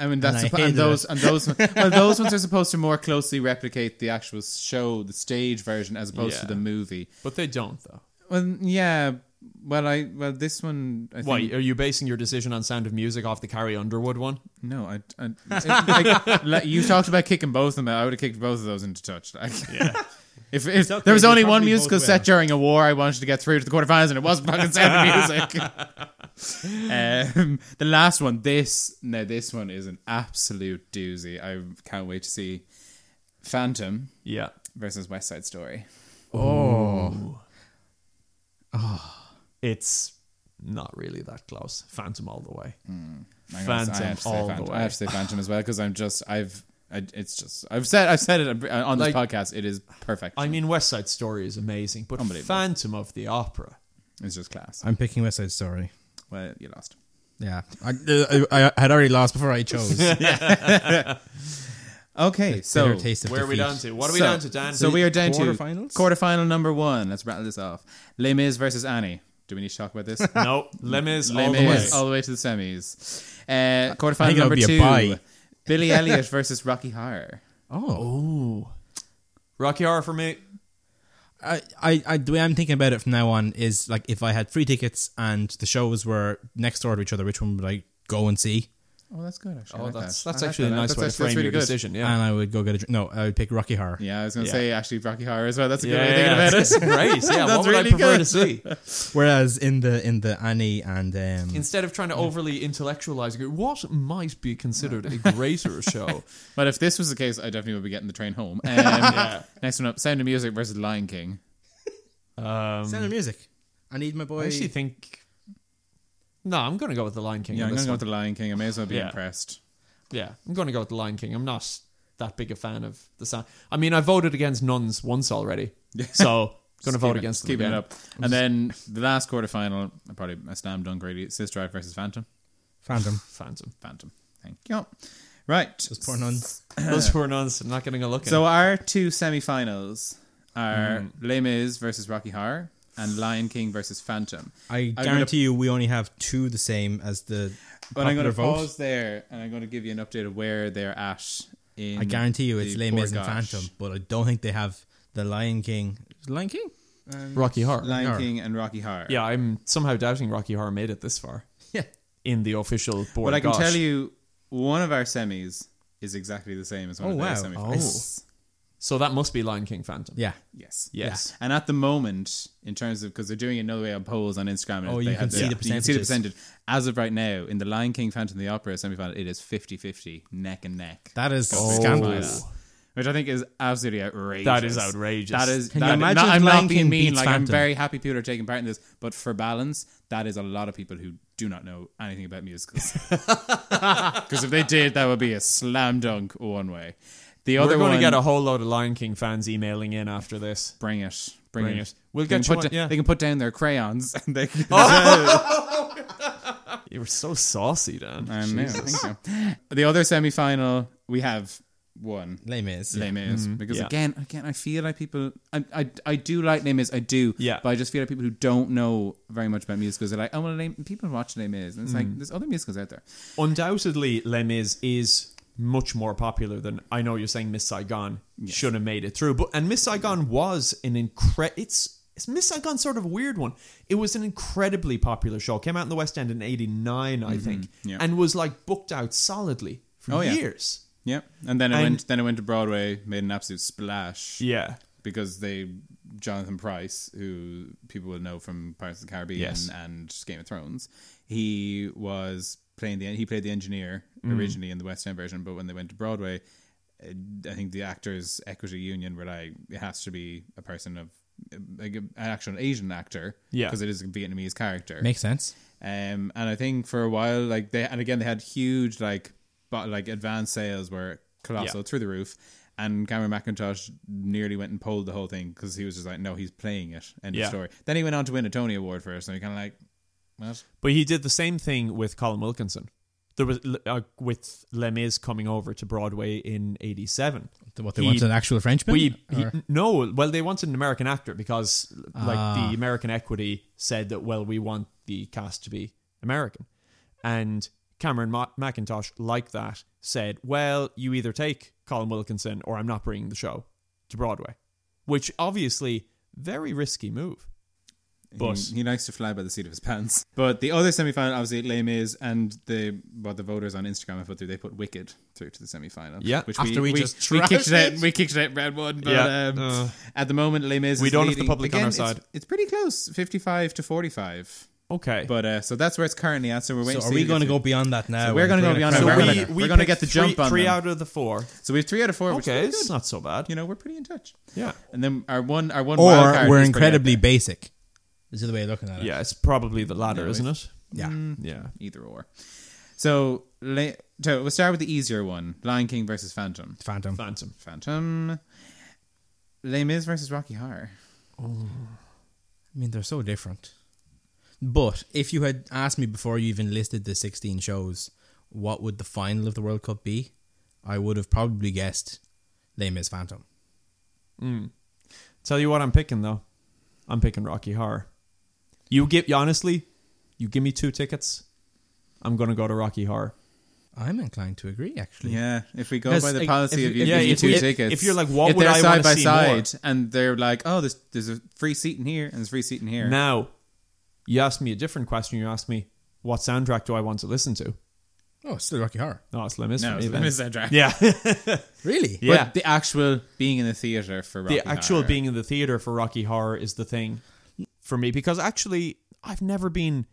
I mean that's I suppo- hated and those and those well those ones are supposed to more closely replicate the actual show, the stage version, as opposed to Yeah. the movie. But they don't though. Well, yeah. Well, I well this one. I think, Why are you basing your decision on Sound of Music off the Carrie Underwood one? No, I. I it- like, like, you talked about kicking both of them. I would have kicked both of those into touch. Like, yeah. If, if okay, there was they only one probably musical both set will. during a war, I wanted to get through to the quarterfinals, and it wasn't fucking Sound of Music. um, the last one, this no, this one is an absolute doozy. I can't wait to see Phantom Yeah. versus West Side Story. Oh. Ah. It's not really that close. Phantom all the way. Mm. I'm gonna- I Phantom have to say all Phantom. the I way. have to say Phantom as well because I'm just I've. I, it's just I've said I've said it on this Like- podcast. It is perfect. I mean, West Side Story is amazing, but Unbelievable. Phantom of the Opera. it's just class. I'm picking West Side Story. Well, you lost. Yeah. I, I, I had already lost before I chose. Okay, so Bitter taste of Where are we defeat. down to? What are we so- down to, Dan? So we are down Quarterfinals? to quarterfinal number one. Let's rattle this off. Les Mis versus Annie. Do we need to talk about this? no Lemis Les all the way. Mis all the way to the semis. Uh, quarterfinal think that number would be a two. bye. Billy Elliot versus Rocky Horror. Oh. Rocky Horror for me. I, I, I, the way I'm thinking about it from now on is like if I had free tickets and the shows were next door to each other, which one would I go and see? Oh, that's good. Actually, I Oh, like that's that. that's I like actually that. a nice That's way to actually- frame that's your really good. Um, decision. Yeah, And I would go get a drink. No, I would pick Rocky Horror. Yeah, I was gonna Yeah. say actually Rocky Horror as well. That's a good way of yeah, thinking that's about it. great. Yeah, what That's would I really prefer good. to see? Whereas in the in the Annie and um, Instead of trying to overly intellectualize, it, what might be considered a greater show? But if this was the case, I definitely would be getting the train home. Um, Next one up: Sound of Music versus Lion King. Um, Sound of Music, I need my boy. I actually think. No, I'm going to go with the Lion King. Yeah, on I'm this gonna go one. with the Lion King. I may as well be Yeah. impressed. Yeah, I'm going to go with the Lion King. I'm not that big a fan of the sound. I mean, I voted against nuns once already, so going to Just vote keep it- against them keeping again. it up. And then the last quarterfinal, probably a slam dunk really. Sister Act versus Phantom. Phantom. Phantom. Phantom. Thank you. Right. Just poor nuns. Those poor nuns. I'm not getting a look. So our two semifinals are Les Mis versus Rocky Horror and Lion King versus Phantom. I gonna- guarantee you, we only have two the same as the. But I'm going to popular vote. pause there and I'm going to give you an update of where they're at. In I guarantee you it's the Les poor Mis and gosh. Phantom, but I don't think they have the Lion King. Lion King? Rocky Horror. Lion Horror. King and Rocky Horror. yeah, I'm somehow doubting Rocky Horror made it this far Yeah. in the official board. But I can gosh. tell you, one of our semis is exactly the same as one Oh, of their wow. semifinals. So that must be Lion King Phantom. Yeah. Yes. Yes. And at the moment, in terms of because they're doing it another way on polls on Instagram, and Oh, they you had can see the You can see the percentages. percentage. As of right now, in the Lion King, Phantom of the Opera semifinal, it is 50-50, neck and neck. That is Go scandalous. final. Which I think is absolutely outrageous. That is outrageous. That is. Can that- you imagine not- I'm Lion not being King mean. beats Like I'm Phantom? very happy people are taking part in this, but for balance, that is a lot of people who do not know anything about musicals. Because if they did, that would be a slam dunk one way. The We're other going one, to get a whole load of Lion King fans emailing in after this. bring it, bring, Bring it. it. We'll They get can you put one, da- yeah. They can put down their crayons and they. Can, You were so saucy, Dan. I know, thank you. The other semi-final, we have one. Les Mis. Les Mis because yeah. again, again, I feel like people. I, I, I do like Les Mis, I do. Yeah. But I just feel like people who don't know very much about musicals are like, oh well, Les, people watch Les Mis, and it's like there's other musicals out there. Undoubtedly, Les Mis is much more popular than I know you're saying Miss Saigon should have made it through. But and Miss Saigon was an incre it's it's Miss Saigon sort of a weird one. It was an incredibly popular show. Came out in the West End in 89, I think, Mm-hmm. yeah. and was like booked out solidly for Oh, yeah. years. Yeah. And then I And- went. Then I went to Broadway, made an absolute splash. Yeah. Because they, Jonathan Price, who people will know from Pirates of the Caribbean Yes. and Game of Thrones, he was playing the he played the engineer Mm. originally in the West End version, but when they went to Broadway, uh, I think the actors equity union were like it has to be a person of like an actual Asian actor, Yeah. because it is a Vietnamese character. Makes sense. Um, and I think for a while, like they, and again, they had huge like, but like advanced sales were colossal Yeah. through the roof. And Cameron McIntosh nearly went and pulled the whole thing because he was just like, no, he's playing it. End Yeah. of story. Then he went on to win a Tony Award for it. So you're kind of like, what? But he did the same thing with Colin Wilkinson. There was uh, with Les Mis coming over to Broadway in '87. What they He- want an actual Frenchman? We he, Or- no, well, they wanted an American actor because like Ah. the American Equity said that well, we want the cast to be American, and Cameron Ma- McIntosh like that said, well, you either take Colin Wilkinson or I'm not bringing the show to Broadway, which obviously very risky move. But He, he likes to fly by the seat of his pants. But the other semi-final, obviously, Les Mis and the what the voters on Instagram have put through, they put Wicked through to the semi-final. Yeah, which after we just we kicked trashed it out. it. We kicked it out round one. But Yeah, um, uh. at the moment, Les Mis. We is don't have the leading. public on Again, our it's- side. It's, pretty close, fifty-five to forty-five. okay, But uh, so that's where it's currently at. So we're waiting. So are to see we who going to gets go it. beyond that now? So we're gonna and go put it beyond in it. so we're we gonna- we we're gonna picked get the three- jump on three them. out of the four. So we have three out of four. which is Okay, pretty it's good. not so bad. You know, we're pretty in touch. Yeah, And then our one, our one. wild or card we're is pretty out incredibly there. basic. Is the way of looking at it. yeah, it's probably the latter, isn't it? Yeah. Hmm. Yeah. either or. So, le- so we'll start with the easier one: Lion King versus Phantom. Phantom. Phantom. Phantom. Les Mis versus Rocky Horror. I mean, they're so different. But if you had asked me before you even listed the 16 shows, what would the final of the World Cup be? I would have probably guessed Les Mis Phantom. Mm. Tell you what I'm picking though. I'm picking Rocky Horror. You give honestly, you give me two tickets, I'm gonna go to Rocky Horror. I'm inclined to agree, actually. Yeah, if we go Because, by the like, policy if of you- you yeah, yeah, if two you- tickets, if you're like, what if would they're I wanna side by see side, and they're like, oh, there's there's a free seat in here and there's a free seat in here. Now, you asked me a different question. You asked me what soundtrack do I want to listen to? Oh, it's still Rocky Horror. Oh, Slim is No, for me. Slim then. is that drag. Yeah, Really? But yeah. the actual being in the theater for Rocky the actual Horror. being in the theater for Rocky Horror is the thing for me because actually I've never been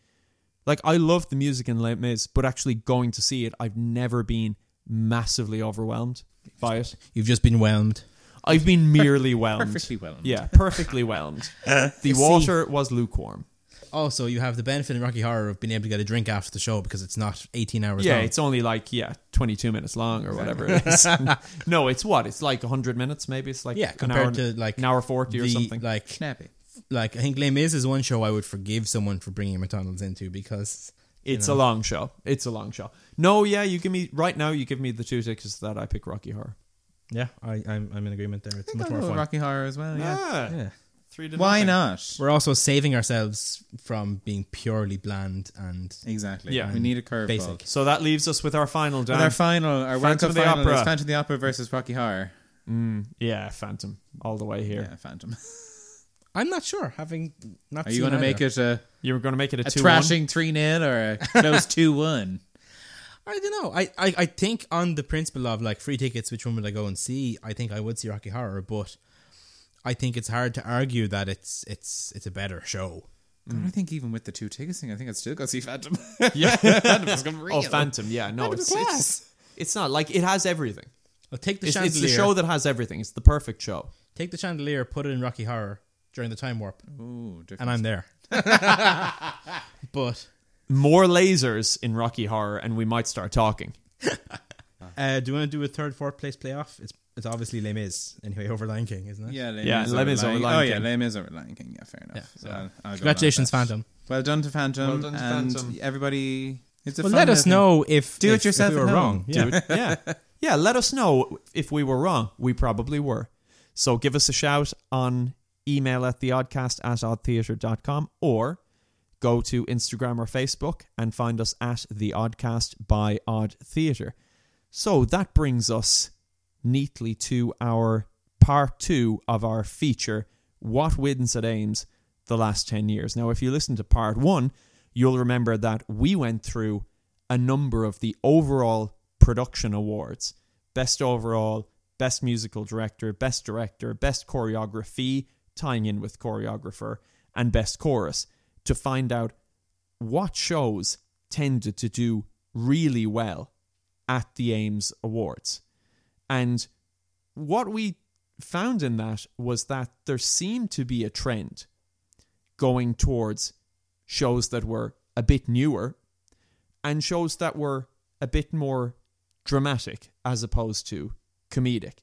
like I love the music in Les Mis, but actually going to see it, I've never been massively overwhelmed by it. You've just been whelmed. I've been merely whelmed. perfectly well. Yeah, perfectly whelmed. the water was lukewarm. Also, you have the benefit in Rocky Horror of being able to get a drink after the show because it's not 18 hours Yeah, long. it's only like yeah, twenty two minutes long or whatever it is. no, it's what it's like hundred minutes. Maybe it's like Yeah, an compared hour, to like an hour forty or the, something. Like, Snappy. like I think Les Mis is one show I would forgive someone for bringing McDonald's into because it's a long show. It's a long show. No, yeah, you give me right now. You give me the two tickets that I pick Rocky Horror. Yeah, I, I'm, I'm in agreement there. It's I much think more I'll go with fun. Rocky Horror as well. Yeah. Ah, Yeah. three to Why nothing. not? we're also saving ourselves from being purely bland and Exactly. Yeah. We need a curve. Basic. Basic. So that leaves us with our final. Dan. With our final, our World Phantom Cup of the final Opera. is Phantom of the Opera versus Rocky Horror. yeah, Phantom all the way here. Yeah, Phantom. I'm not sure. Having not Are you seen going to either. make it a, You were going to make it a, a two thrashing 3 0 or a close 2 1? I don't know. I, I I think on the principle of like free tickets, which one would I go and see? I think I would see Rocky Horror, but I think it's hard to argue that it's it's it's a better show. I don't think even with the two tickets thing, I think I'd still go see Phantom. Yeah. Phantom is gonna be Oh, real. Phantom. Yeah, no, it's, it's it's not like it has everything. I'll take the It's, it's chandelier. the show that has everything. It's the perfect show. take the chandelier, put it in Rocky Horror during the time warp, Ooh, and different. I'm there. but More lasers in Rocky Horror, and we might start talking. Uh, do you want to do a third, fourth place playoff? It's it's obviously Les Mis anyway over Lion King, isn't Um, it? Yeah, Les Yeah, Mis Les Mis over over Lion Lion Oh, yeah, King. Les Mis over Lion King. Yeah, fair enough. Yeah. So I'll- I'll go along with congratulations, that. Phantom. Well done to Phantom. Well done to and Phantom. everybody. It's a Well, fun let us little- know if Do it if- if yourself We at were home. wrong. Yeah. Do it. Yeah. Yeah. Let us know if we were wrong. We probably were. So give us a shout on email at theoddcast at oddtheatre.com or go to Instagram or Facebook and find us at the oddcast by odd theatre. So that brings us neatly to our part two of our feature, What Wins at Ames the Last 10 Years. Now, if you listen to part one, you'll remember that we went through a number of the overall production awards Best Overall, Best Musical Director, Best Director, Best Choreography, tying in with Choreographer, and Best Chorus to find out what shows tended to do really well at the Ames Awards. And what we found in that was that there seemed to be a trend going towards shows that were a bit newer and shows that were a bit more dramatic as opposed to comedic.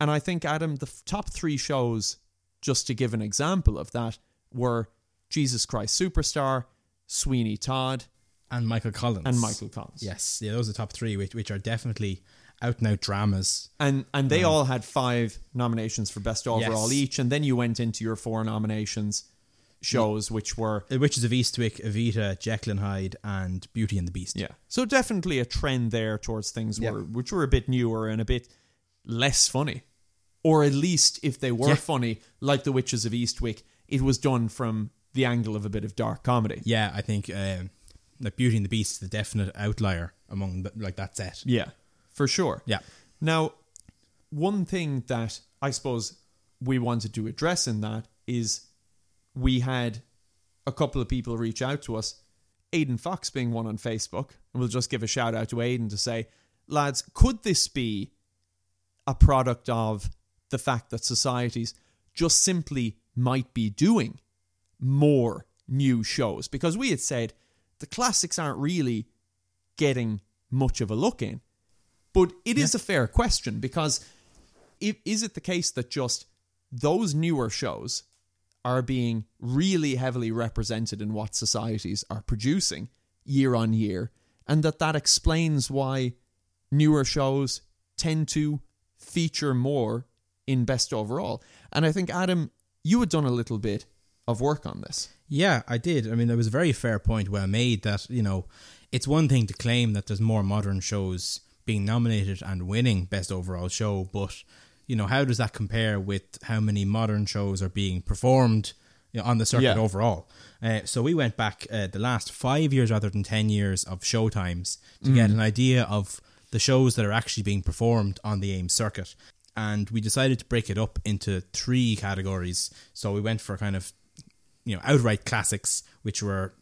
And I think, Adam, the f- top three shows, just to give an example of that, were Jesus Christ Superstar, Sweeney Todd, And Michael Collins and Michael Collins. Yes, yeah, those are the top three, which which are definitely out and out dramas. and and they all had five nominations for best overall Mm-hmm. Yes. each and then you went into your four nominations shows which were The Uh, Witches of Eastwick, Evita, Jekyll and Hyde, and Beauty and the Beast. yeah so definitely a trend there towards things were, which were a bit newer and a bit less funny or at least if they were Yeah. funny like the witches of eastwick it was done from the angle of a bit of dark comedy yeah, I think um, like Beauty and the Beast is the definite outlier among the, like that set. yeah for sure Yeah, Now, one thing that I suppose we wanted to address in that is we had a couple of people reach out to us, Aidan Fox being one on Facebook, and we'll just give a shout out to Aidan to say, lads, could this be a product of the fact that societies just simply might be doing more new shows? Because we had said the classics aren't really getting much of a look in. But it is a fair question because if, is it the case that just those newer shows are being really heavily represented in what societies are producing year on year, and that that explains why newer shows tend to feature more in best overall? And I think Adam, you had done a little bit of work on this. yeah, I did. I mean, there was a very fair point well made that you know, it's one thing to claim that there's more modern shows being nominated and winning best overall show, but you know, how does that compare with how many modern shows are being performed you know, on the circuit Yeah. overall. Uh, so we went back uh, the last five years rather than 10 years of showtimes to get an idea of the shows that are actually being performed on the Ames circuit. And we decided to break it up into three categories. So we went for kind of, you know, outright classics, which were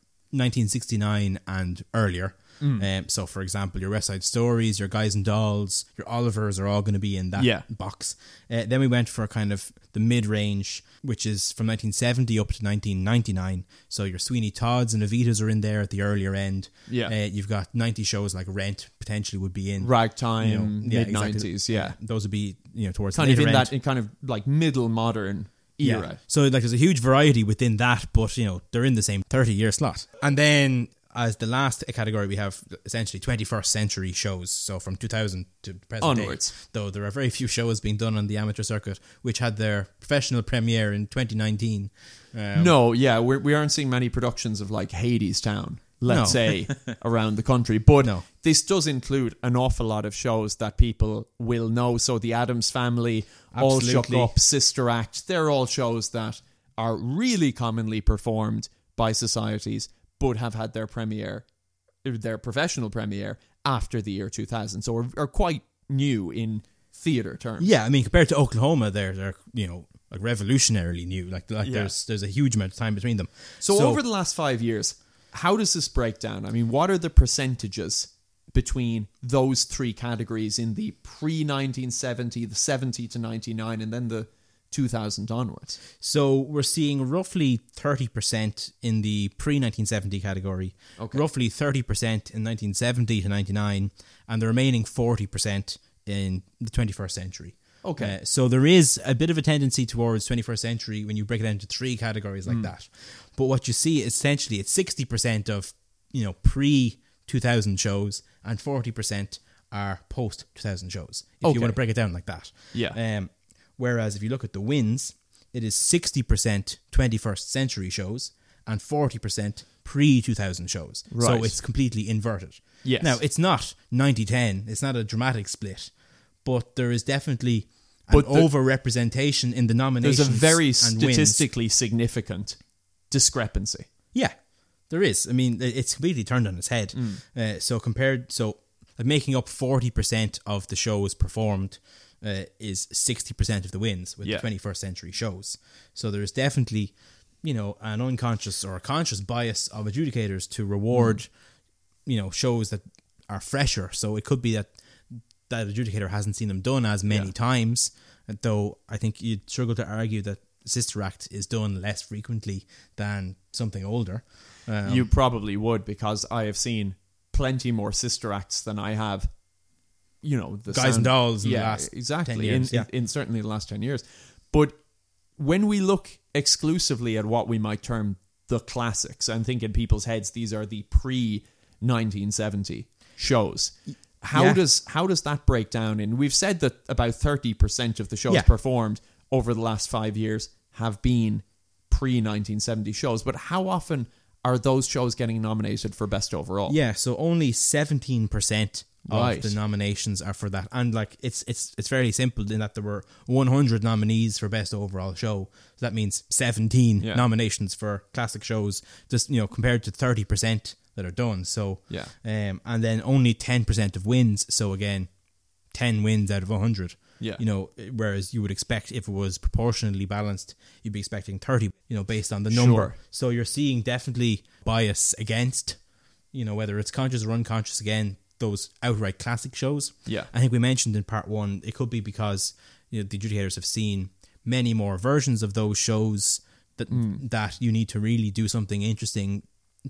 1969 and earlier. Mm. Um, so, for example, your West Side Stories, your Guys and Dolls, your Olivers are all going to be in that Yeah. box. Uh, then we went for kind of the mid range, which is from 1970 up to 1999. So your Sweeney Todd's and Avitas are in there at the earlier end. Yeah. Uh, you've got 90 shows like Rent potentially would be in. Ragtime, You know, yeah, mid exactly. nineties, yeah. Those would be you know towards Kind the of later in end. that in kind of like middle modern era. So like there's a huge variety within that, but you know, they're in the same 30 year slot. And then as the last category we have essentially 21st century shows, so from 2000 to the present day. Onwards. Though there are very few shows being done on the amateur circuit which had their professional premiere in 2019. Um, no, yeah, we're, we aren't seeing many productions of like Hades Town, let's No. say, around the country. But No. this does include an awful lot of shows that people will know. So the Adams Family, All Shook Absolutely. Up, Sister Act, they're all shows that are really commonly performed by societies, but have had their premiere, their professional premiere after the year 2000. So are, are quite new in theater terms. Yeah, I mean, compared to Oklahoma, they're they're you know like revolutionarily new. Like like Yeah. there's there's a huge amount of time between them. So, over the last five years, how does this break down? I mean, what are the percentages between those three categories in the pre 1970, the 70 to 99, and then the 2000 onwards? So we're seeing roughly 30% in the pre 1970 category, roughly 30% in 1970 to 99, and the remaining 40% in the 21st century. Okay. Uh, so there is a bit of a tendency towards 21st century when you break it down into three categories Hmm. like that. But what you see essentially it's 60% of, you know, pre 2000 shows and 40% are post 2000 shows. If Okay. you want to break it down like that. Yeah. Um, whereas if you look at the wins, it is 60% 21st century shows and 40% pre 2000 shows. Right. So it's completely inverted. Yes. Now, it's not 90 10, it's not a dramatic split, but there is definitely an But the- over representation in the nominations. There's a very and wins. statistically significant discrepancy. Yeah, there is. I mean, it- it's completely turned on its head. Hmm. Uh, so compared, so like making up forty percent of the shows performed uh, is sixty percent of the wins with Yeah. the twenty-first century shows. So there is definitely, you know, an unconscious or a conscious bias of adjudicators to reward, you know, shows that are fresher. So it could be that that adjudicator hasn't seen them done as many times. Though I think you'd struggle to argue that Sister Act is done less frequently than something older. Um, you probably would because I have seen plenty more sister acts than I have. You know, the Guys and dolls in the last exactly 10 years, in, yeah. in, in certainly the last ten years. But when we look exclusively at what we might term the classics, and think in people's heads these are the pre nineteen seventy shows. How Yeah. does how does that break down? And we've said that about thirty percent of the shows Yeah. performed over the last five years have been pre 1970 shows, but how often are those shows getting nominated for best overall? yeah, so only seventeen percent of Right. the nominations are for that, and like it's it's it's fairly simple in that there were one hundred nominees for best overall show. So that means seventeen Yeah. nominations for classic shows, just you know compared to thirty percent that are done. So Yeah. um, and then only ten percent of wins. So again, ten wins out of hundred. Yeah. you know, whereas you would expect if it was proportionally balanced, you'd be expecting thirty. You know, based on the number. Sure. So you're seeing definitely bias against, you know, whether it's conscious or unconscious again, those outright classic shows. Yeah. I think we mentioned in part one, it could be because, you know, the adjudicators have seen many more versions of those shows that Hmm. that you need to really do something interesting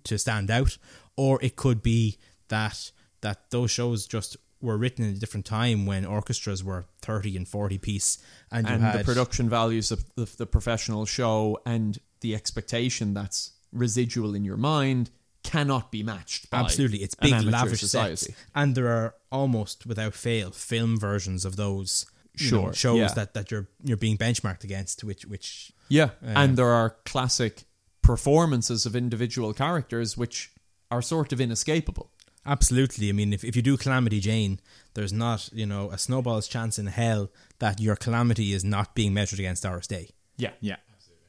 to stand out. Or it could be that that those shows just were written in a different time when orchestras were thirty and forty piece and, you And the had- production values of the, the professional show and the expectation that's residual in your mind cannot be matched. By Absolutely, it's an big, amateur lavish society. sets, and there are almost without fail film versions of those you know, Sure, shows yeah. that, that you're you're being benchmarked against, which which Yeah, and there are classic performances of individual characters which are sort of inescapable. absolutely. I mean, if if you do Calamity Jane, there's not you know a snowball's chance in hell that your calamity is not being measured against Doris Day. Yeah, Yeah.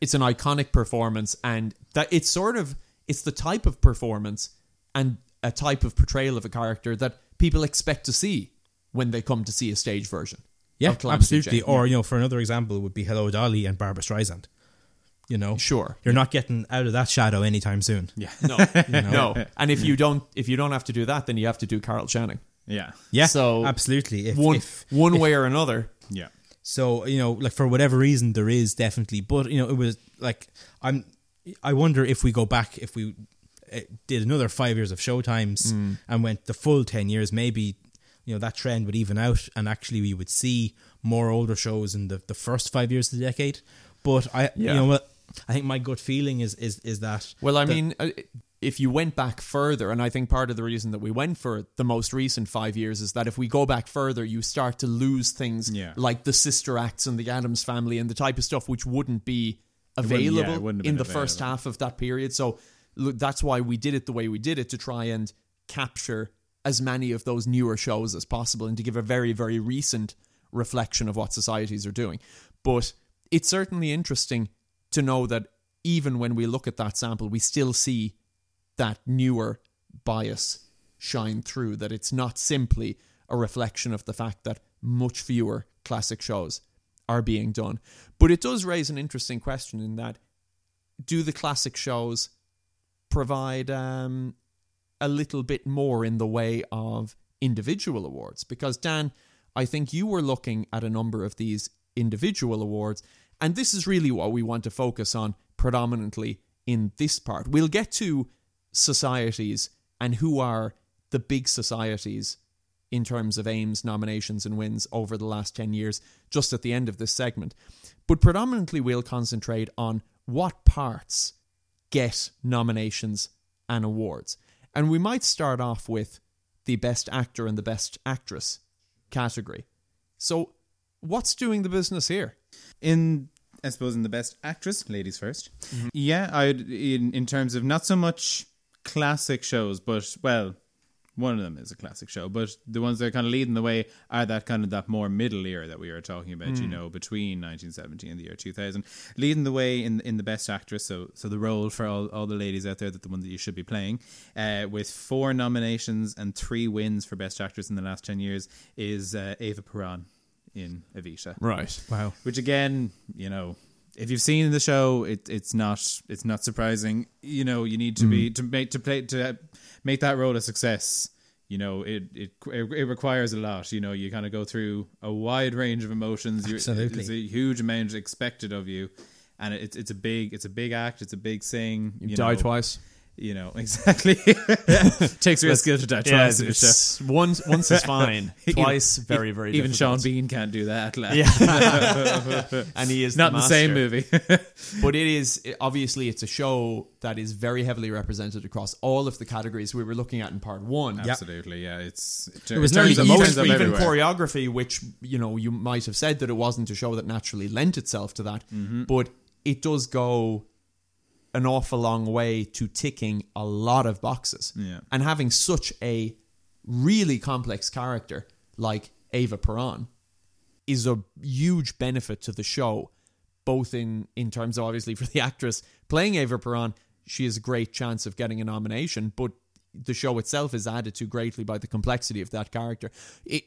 it's an iconic performance, and that it's sort of it's the type of performance and a type of portrayal of a character that people expect to see when they come to see a stage version. Yeah, of Calamity absolutely. Jane. Or you know, for another example, would be Hello Dolly and Barbara Streisand. You know, Sure. you're not getting out of that shadow anytime soon. Yeah, no, no. And if you don't, if you don't have to do that, then you have to do Carl Channing. Yeah. yeah, So, absolutely. If, One, if one way or another. Yeah. So you know, like for whatever reason, there is definitely, but you know, it was like I'm. I wonder if we go back, if we eh, did another five years of showtimes Mm. and went the full ten years, maybe you know that trend would even out, and actually we would see more older shows in the the first five years of the decade. But I, Yeah. you know, what I think my gut feeling is is is that Well, I the- mean, uh, if you went back further, and I think part of the reason that we went for the most recent five years is that if we go back further, you start to lose things Yeah. like the sister acts and the Adams family and the type of stuff which wouldn't be wouldn't- yeah, it available wouldn't have in been the first available. half of that period. So look, that's why we did it the way we did it to try and capture as many of those newer shows as possible and to give a very, very recent reflection of what societies are doing. But it's certainly interesting to know that even when we look at that sample, we still see that newer bias shine through, that it's not simply a reflection of the fact that much fewer classic shows are being done. But it does raise an interesting question in that do the classic shows provide um, a little bit more in the way of individual awards? Because, Dan, I think you were looking at a number of these individual awards, and this is really what we want to focus on predominantly in this part. We'll get to societies and who are the big societies in terms of aims, nominations, and wins over the last 10 years, just at the end of this segment. But predominantly, we'll concentrate on what parts get nominations and awards. And we might start off with the Best Actor and the Best Actress category. So, what's doing the business here? in I suppose in the best actress, ladies 1st Yeah, I would- in in terms of not so much classic shows, but well, one of them is a classic show, but the ones that are kind of leading the way are that kind of that more middle era that we were talking about, you know, between 1970 and the year 2000, leading the way in in the best actress. So so the role for all, all the ladies out there that the one that you should be playing, uh, with four nominations and three wins for best actress in the last 10 years is uh, Ava Peron in Evita Right. wow, which again, you know, if you've seen the show, it, it's not it's not surprising. You know, you need to Mm. be to make to play to make that role a success. You know, it it it requires a lot. You know, you kind of go through a wide range of emotions. You- Absolutely. there's a huge amount expected of you, and it's it's a big it's a big act. It's a big thing. You, know, twice. You know exactly. Takes real skill to die twice in a show. once, once is fine. Twice, very, very Even Sean difficult. Bean can't do that. Like, Yeah. and he is not in the same master. movie. but it is it- obviously it's a show that is very heavily represented across all of the categories we were looking at in part one. Absolutely, yeah. It's it, was turns nearly up- easy turns to up Even everywhere. choreography, which you know you might have said that it wasn't a show that naturally lent itself to that, but it does go an awful long way to ticking a lot of boxes. Yeah. And having such a really complex character like Ava Peron is a huge benefit to the show, both in in terms of obviously for the actress playing Ava Peron, she has a great chance of getting a nomination, but the show itself is added to greatly by the complexity of that character. It,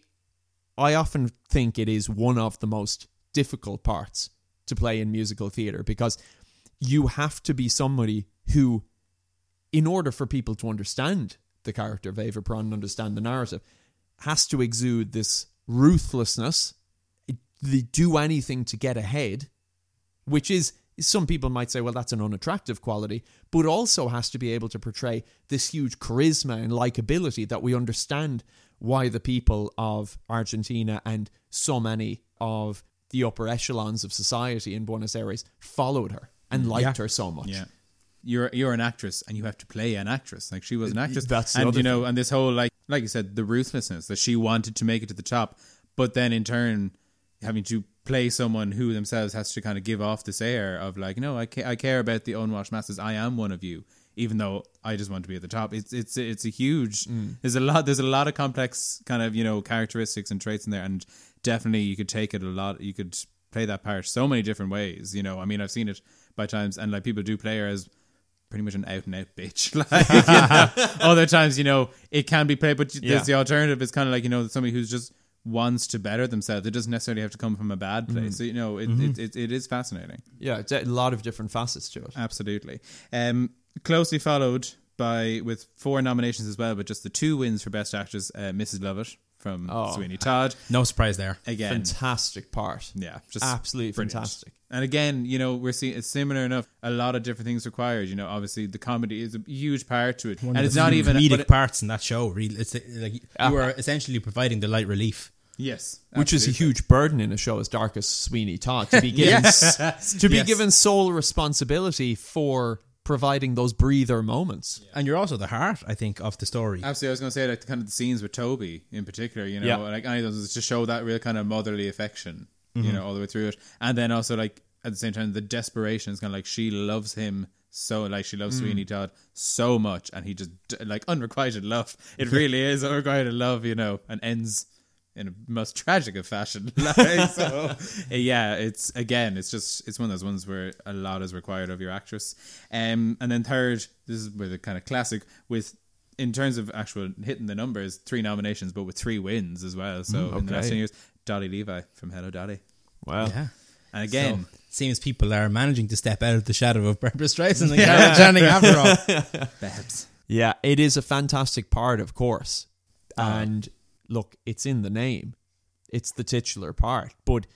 I often think it is one of the most difficult parts to play in musical theater because you have to be somebody who in order for people to understand the character of Ava Peron and understand the narrative, has to exude this ruthlessness, they do anything to get ahead, which is some people might say, well, that's an unattractive quality, but also has to be able to portray this huge charisma and likability that we understand why the people of Argentina and so many of the upper echelons of society in Buenos Aires followed her and liked her so much. Mm, Yeah. You're you're an actress and you have to play an actress. Like she was an actress. that's the and other you know, and this whole like like you said, the ruthlessness that she wanted to make it to the top, but then in turn having to play someone who themselves has to kind of give off this air of like, no, I ca- I care about the unwashed masses. I am one of you, even though I just want to be at the top. It's it's it's a huge. Mm. There's a lot. There's a lot of complex kind of you know characteristics and traits in there, and definitely you could take it a lot. You could play that part so many different ways. You know, I mean, I've seen it by times, and like people do play her as pretty much an out and out bitch. Like you know, other times, you know, it can be played, but Yeah. there's the alternative is kind of like you know somebody who's just wants to better themselves. It doesn't necessarily have to come from a bad Mm-hmm. place. So you know, it, it, it, it is fascinating. Yeah, it's a lot of different facets to it. Absolutely. Um, closely followed by with four nominations as well, but just the two wins for Best Actress, uh, Mrs. Lovett from Oh. Sweeney Todd. No surprise there. Again, Fantastic part. yeah, just Absolutely brilliant. fantastic. And again, you know, we're seeing it's similar enough. A lot of different things required. You know, obviously the comedy is a huge part to it, and it's not even. comedic but it- Ah. parts in that show. Really, it's like you are essentially providing the light relief. yes, Which is a absolutely. huge burden in a show as dark as Sweeney Todd to be given s- to be Yes. given sole responsibility for providing those breather moments. And you're also the heart, I think, of the story. Absolutely, I was going to say like kind of the scenes with Toby in particular. You know, Yeah. like I know, to show that real kind of motherly affection. You know, all the way through it, and then also like at the same time the desperation is kind of like she loves him so like she loves Sweeney Todd so much, and he just d- like unrequited love. It really is unrequited love, you know, and ends in a most tragic of fashion. Like, so eh, yeah, it's again, it's just it's one of those ones where a lot is required of your actress. Um, and then third, this is where the kind of classic with. In terms of actual hitting the numbers, three nominations, but with three wins as well. So in the last okay. ten years, Dottie Levi from Hello Dottie, Wow. Yeah. and again, So, seems people are managing to step out of the shadow of Barbara Streisand and Carol Channing after all. Babs. Yeah, it is a fantastic part, of course. And look, it's in the name. It's the titular part, but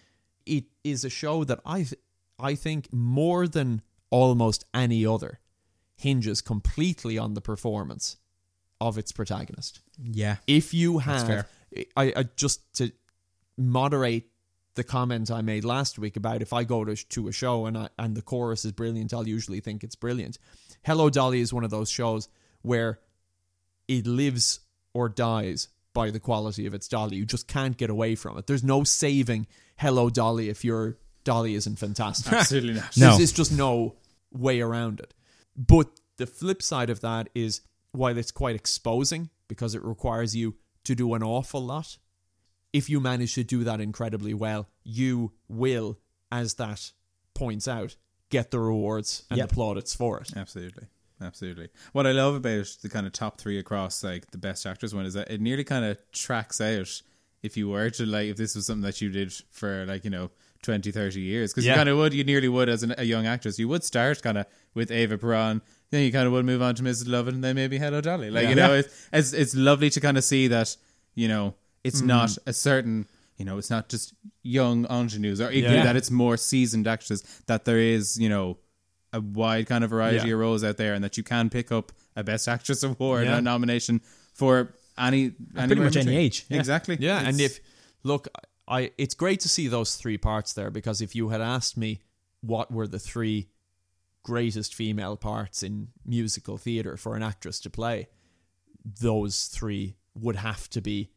it is a show that I th- I think more than almost any other hinges completely on the performance of its protagonist. Yeah. If you have fair. I, I just to moderate the comment I made last week about if I go to, to a show and I, and the chorus is brilliant, I'll usually think it's brilliant. Hello Dolly is one of those shows where it lives or dies by the quality of its dolly. You just can't get away from it. There's no saving Hello Dolly if your dolly isn't fantastic. Absolutely not. No. There's, there's just no way around it. But the flip side of that is while it's quite exposing because it requires you to do an awful lot, if you manage to do that incredibly well, you will, as that points out, get the rewards and the plaudits for it. Absolutely. Absolutely. What I love about the kind of top three across like the best actors one is that it nearly kind of tracks out if you were to like if this was something that you did for like you know 20 30 years because Yeah. you kind of would you nearly would as an, a young actress you would start kind of with Ava Peron then you kind of would move on to Mrs. Love and then maybe Hello Dolly like you know it's, it's it's lovely to kind of see that you know it's Mm. not a certain you know it's not just young ingenues or equally Yeah. that it's more seasoned actors that there is you know a wide kind of variety Yeah. of roles out there, and that you can pick up a Best Actress award Yeah. and a nomination for any, any pretty much any age. Yeah. Exactly. Yeah, and It's- if look, I it's great to see those three parts there because if you had asked me what were the three greatest female parts in musical theater for an actress to play, those three would have to be,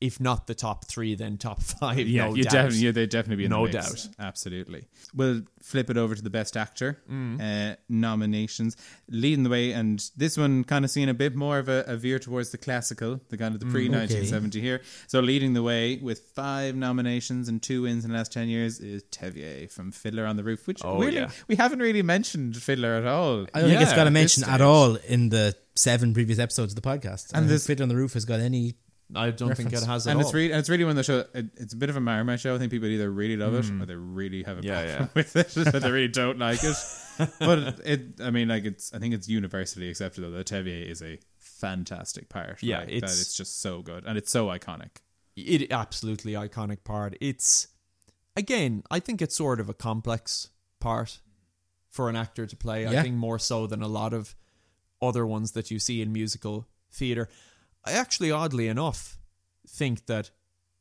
if not the top three, then top five. yeah, no you doubt. definitely, yeah, they definitely be in No the mix. doubt. absolutely. We'll flip it over to the best actor uh, nominations, leading the way, and this one kind of seeing a bit more of a, a veer towards the classical, the kind of the pre nineteen seventy here. So leading the way with five nominations and two wins in the last ten years is Tevier from Fiddler on the Roof, which Oh, weirdly, yeah. we haven't really mentioned Fiddler at all. I don't think it's Yeah, got a at mention this at stage. all in the seven previous episodes of the podcast. And this- this Fit on the Roof has got any. I don't think Reference. it has at and it's all. really and it's really one of the show. It, it's a bit of a Marmite show. I think people either really love it or they really have a Hmm. Yeah, problem with it, but they really don't like it. but it, I mean, like it's. I think it's universally accepted though that Tevier is a fantastic part. Yeah, like, that it's- it's just so good and it's so iconic. it absolutely iconic part. It's again, I think it's sort of a complex part for an actor to play. I Yeah. think more so than a lot of other ones that you see in musical theater. I actually, oddly enough, think that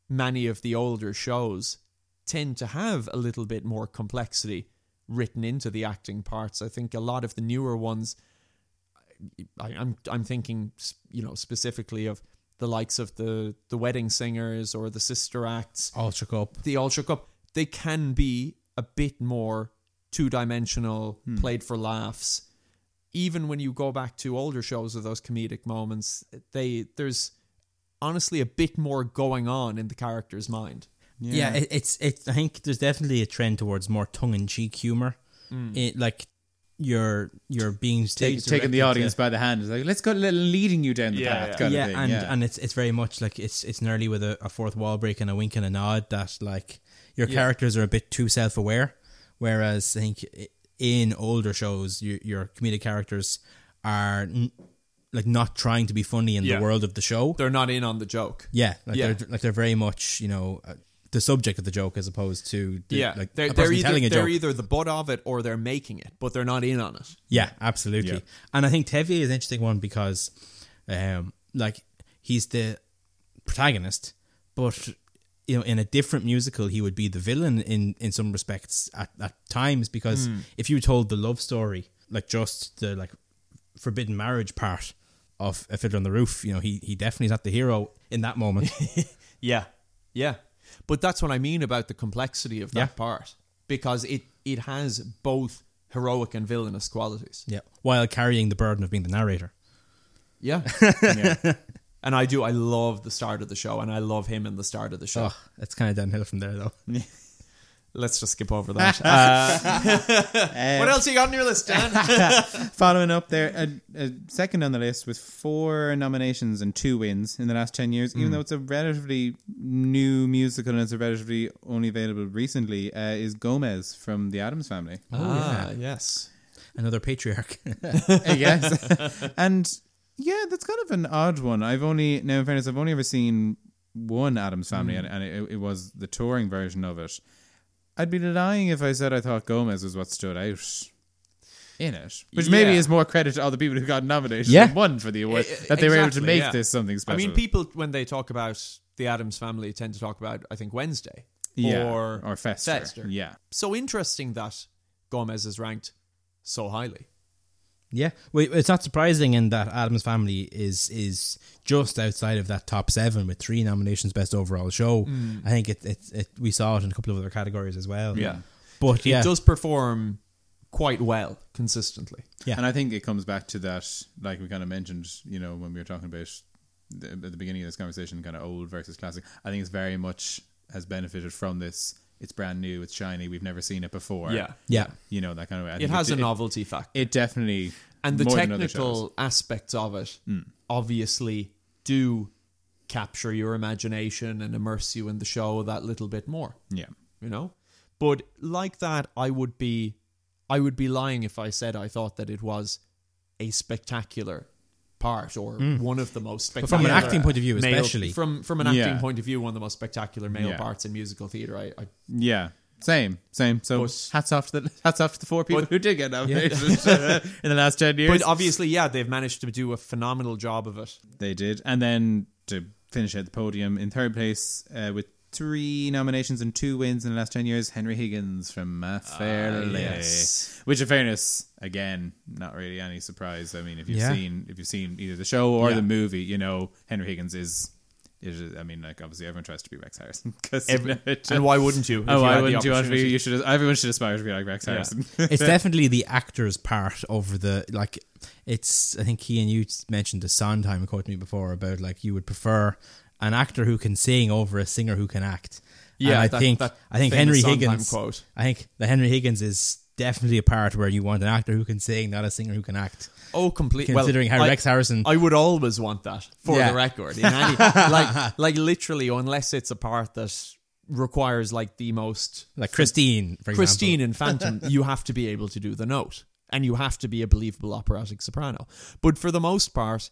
many of the older shows tend to have a little bit more complexity written into the acting parts. I think a lot of the newer ones I, I'm I'm thinking you know specifically of the likes of the the wedding singers or the sister acts, All shook up. the all shook up. They can be a bit more two dimensional, Hmm. played for laughs. Even when you go back to older shows of those comedic moments, they there's honestly a bit more going on in the character's mind. Yeah, it, it's it's. I think there's definitely a trend towards more tongue in cheek humor it, like you're you're being Take, stage taking the audience by the hand. It's like, let's go le- leading you down the Yeah, path. yeah. Kind yeah, of thing. and yeah. and it's it's very much like it's it's nearly with a, a fourth wall break and a wink and a nod that like your characters are a bit too self aware, whereas I think i- in older shows your your comedic characters are n- like not trying to be funny in Yeah. the world of the show. They're not in on the joke. yeah, like Yeah. they're like they're very much you know uh, the subject of the joke as opposed to the, yeah, like they're, a they're person either telling a they're joke. either the butt of it or they're making it, but they're not in on it. Yeah, absolutely. Yeah. And I think Tevier is an interesting one because, um, like he's the protagonist, but you know, in a different musical, he would be the villain in in some respects at, at times because if you told the love story, like just the like forbidden marriage part of A Fiddler on the Roof, you know, he he definitely is not the hero in that moment. Yeah, yeah. But that's what I mean about the complexity of that Yeah. part because it it has both heroic and villainous qualities. yeah, while carrying the burden of being the narrator. Yeah, and I do. I love the start of the show, and I love him in the start of the show. Oh, it's kind of downhill from there though. Let's just skip over that. Uh, Uh, what else you got on your list, Oh, Dan? Following up there, a, a second on the list with four nominations and two wins in the last 10 years, even though it's a relatively new musical and it's a relatively only available recently, uh, is Gomez from The Addams Family. ah, yes. Another patriarch. I guess. and yeah, that's kind of an odd one. I've only, now in fairness, I've only ever seen one Addams Family Mm. and, and it, it was the touring version of it. I'd be lying if I said I thought Gomez was what stood out. In it, which maybe Yeah. is more credit to all the people who got nominated Yeah. and won for the award E- that they were able to exactly, make yeah. this something I special. mean, people when they talk about the Adams family tend to talk about I think Wednesday yeah. or or Fester. Fester. yeah, So interesting that Gomez is ranked so highly. Yeah, well, it's not surprising in that Adam's Family is is just outside of that top seven with three nominations, best overall show. I think it, it it we saw it in a couple of other categories as well. Mm. Yeah. but yeah, It does perform quite well consistently. Yeah. And I think it comes back to that, like we kind of mentioned, you know, when we were talking about the, at the beginning of this conversation, kind of old versus classic. I think it's very much has benefited from this. It's brand new. It's shiny. We've never seen it before. Yeah. yeah, you know that kind of. way. I It think has a it, novelty factor. It, definitely and the more than other Hmm. shows. technical aspects of it obviously do capture your imagination and immerse you in the show that little bit more. Yeah, you know but like that i would be i would be lying if i said i thought that it was a spectacular part or one of the most spectacular Hmm. from an acting point of view male- especially. from from an acting Yeah. point of view one of the most spectacular male Yeah. parts in musical theater i, I yeah. Same, same. So But- hats off to the hats off to the four people who did get nominated in the last ten years. but obviously yeah they've managed to do a phenomenal job of it They did. And then to finish at the podium in third place uh, with three nominations and two wins in the last 10 years, Henry Higgins from Ma Fair Lady. Ah, yes. Which, in fairness, again, not really any surprise. I mean, if you've Yeah. seen if you've seen either the show or Yeah. the movie, you know, Henry Higgins is. is I mean, like obviously everyone tries to be Rex Harrison because Every- and why wouldn't you if Oh, you had why the wouldn't you want to be? opportunity? You should. Everyone should aspire to be like Rex Yeah. Harrison. it's definitely the actor's part over the like. It's I think he and you mentioned the Sondheim quote to me before about like you would prefer an actor who can sing over a singer who can act. And Yeah, I that- think that I think famous Henry Sondheim Higgins. quote. I think the Henry Higgins is definitely a part where you want an actor who can sing, not a singer who can act. Oh, completely. Considering how Rex Harrison- I would always want that for Yeah. the record. In any, like, like literally, unless it's a part that requires like the most Like Christine, for Christine example. in Phantom, you have to be able to do the note, and you have to be a believable operatic soprano. But for the most part,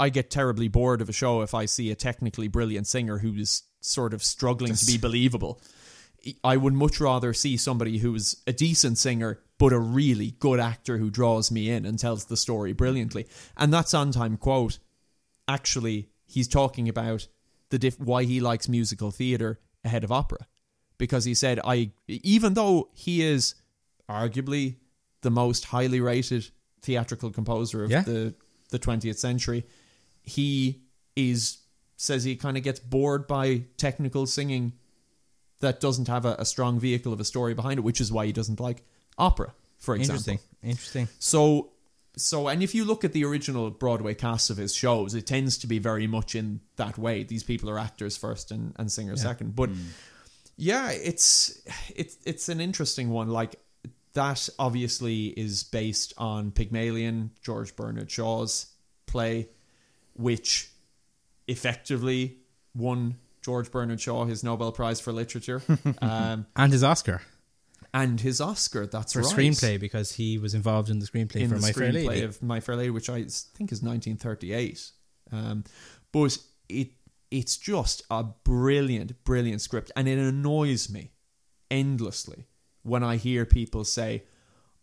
I get terribly bored of a show if I see a technically brilliant singer who is sort of struggling to be believable. I would much rather see somebody who is a decent singer but a really good actor who draws me in and tells the story brilliantly. And that Sondheim quote, actually, he's talking about the diff- why he likes musical theater ahead of opera, because he said, "I even though he is arguably the most highly rated theatrical composer of Yeah. the the twentieth century, he is." Says he kind of gets bored by technical singing that doesn't have a, a strong vehicle of a story behind it, which is why he doesn't like opera, for example. Interesting. Interesting. So, so, and if you look at the original Broadway cast of his shows, it tends to be very much in that way. These people are actors first and, and Hmm. singers second. But yeah, it's it's it's an interesting one. Like that obviously is based on Pygmalion, George Bernard Shaw's play, which effectively won George Bernard Shaw his Nobel Prize for Literature um, and his Oscar and his Oscar. That's for right. screenplay because he was involved in the screenplay in for the My Fair screenplay Lady. of My Fair Lady, which I s- think is 1938. Um, but it it's just a brilliant, brilliant script, and it annoys me endlessly when I hear people say,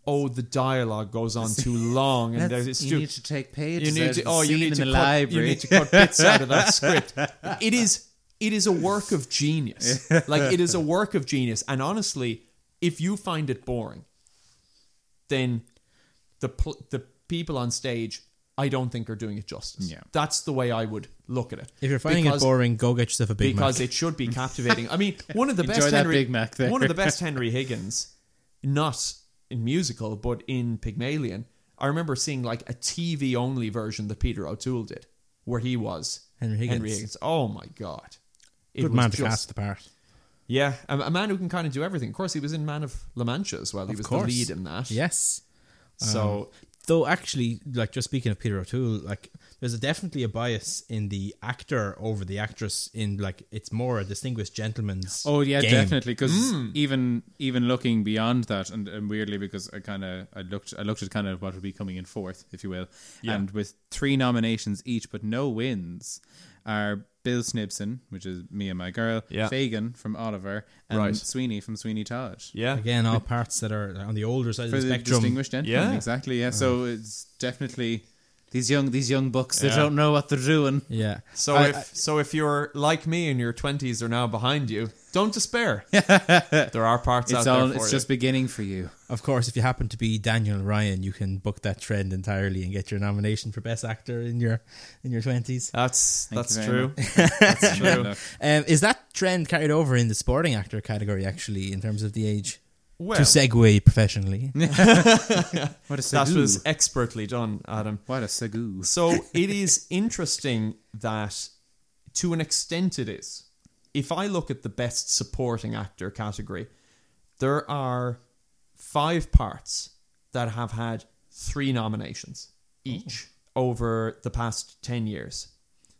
"Oh, the dialogue goes on too long," and there's it's you too, need to take pages. you need to oh you need to in the cut, library. you need to cut bits out of that script it is it is a work of genius like it is a work of genius and honestly if you find it boring then the pl- the people on stage i don't think are doing it justice Yeah. that's the way i would look at it If you're finding Because- it boring, go get yourself a big because Mac. it should be captivating. I mean, one of the Enjoy best that Henry, Big Mac there. one of the best Henry Higgins, not in musical but in Pygmalion. I remember seeing like a TV only version that Peter O'Toole did, where he was Henry Higgins. Oh my god, it Good was man to just- cast the part. Yeah, a, a man who can kind of do everything. Of course, he was in Man of La Mancha as well. He Of was course. the lead in that. Yes. Um, So Though actually, like just speaking of Peter O'Toole, like there's a, definitely a bias in the actor over the actress. In like it's more a distinguished gentleman's. Oh yeah, game. definitely. Because even even looking beyond that, and, and weirdly, because I kind of I looked I looked at kind of what would be coming in fourth, if you will, and with three nominations each but no wins, are Bill Snibson, which is me and my girl, Yeah. Fagan from Oliver, and Right. Sweeney from Sweeney Todd. yeah, Again, all parts that are on the older side for of the the spectrum. distinguished gentleman, Yeah. Uh-huh. exactly. Yeah, so it's definitely these young these young bucks that don't know what they're doing. Yeah. So if so if you're like me and your twenties are now behind you, don't despair. there are parts It's out all there for it's you. just beginning for you. Of course, if you happen to be Daniel Ryan, you can book that trend entirely and get your nomination for best actor in your in your twenties. That's Thank that's you very true. That's true. Um, is that trend carried over in the sporting actor category? Actually, in terms of the age, Well, to segue professionally, What a that sagoo. was expertly done, Adam. what a sagoo. So it is interesting that to an extent it is. If I look at the best supporting actor category, there are five parts that have had three nominations each over the past 10 years.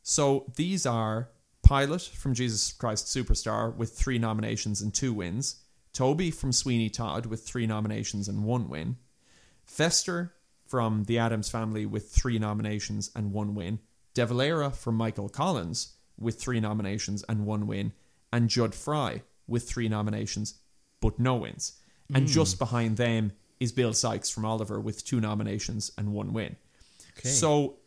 So these are Pilot from Jesus Christ Superstar with three nominations and two wins, Toby from Sweeney Todd with three nominations and one win, Fester from The Adams Family with three nominations and one win, De Valera from Michael Collins with three nominations and one win, and Judd Fry with three nominations but no wins. And just behind them is Bill Sykes from Oliver with two nominations and one win. Okay. So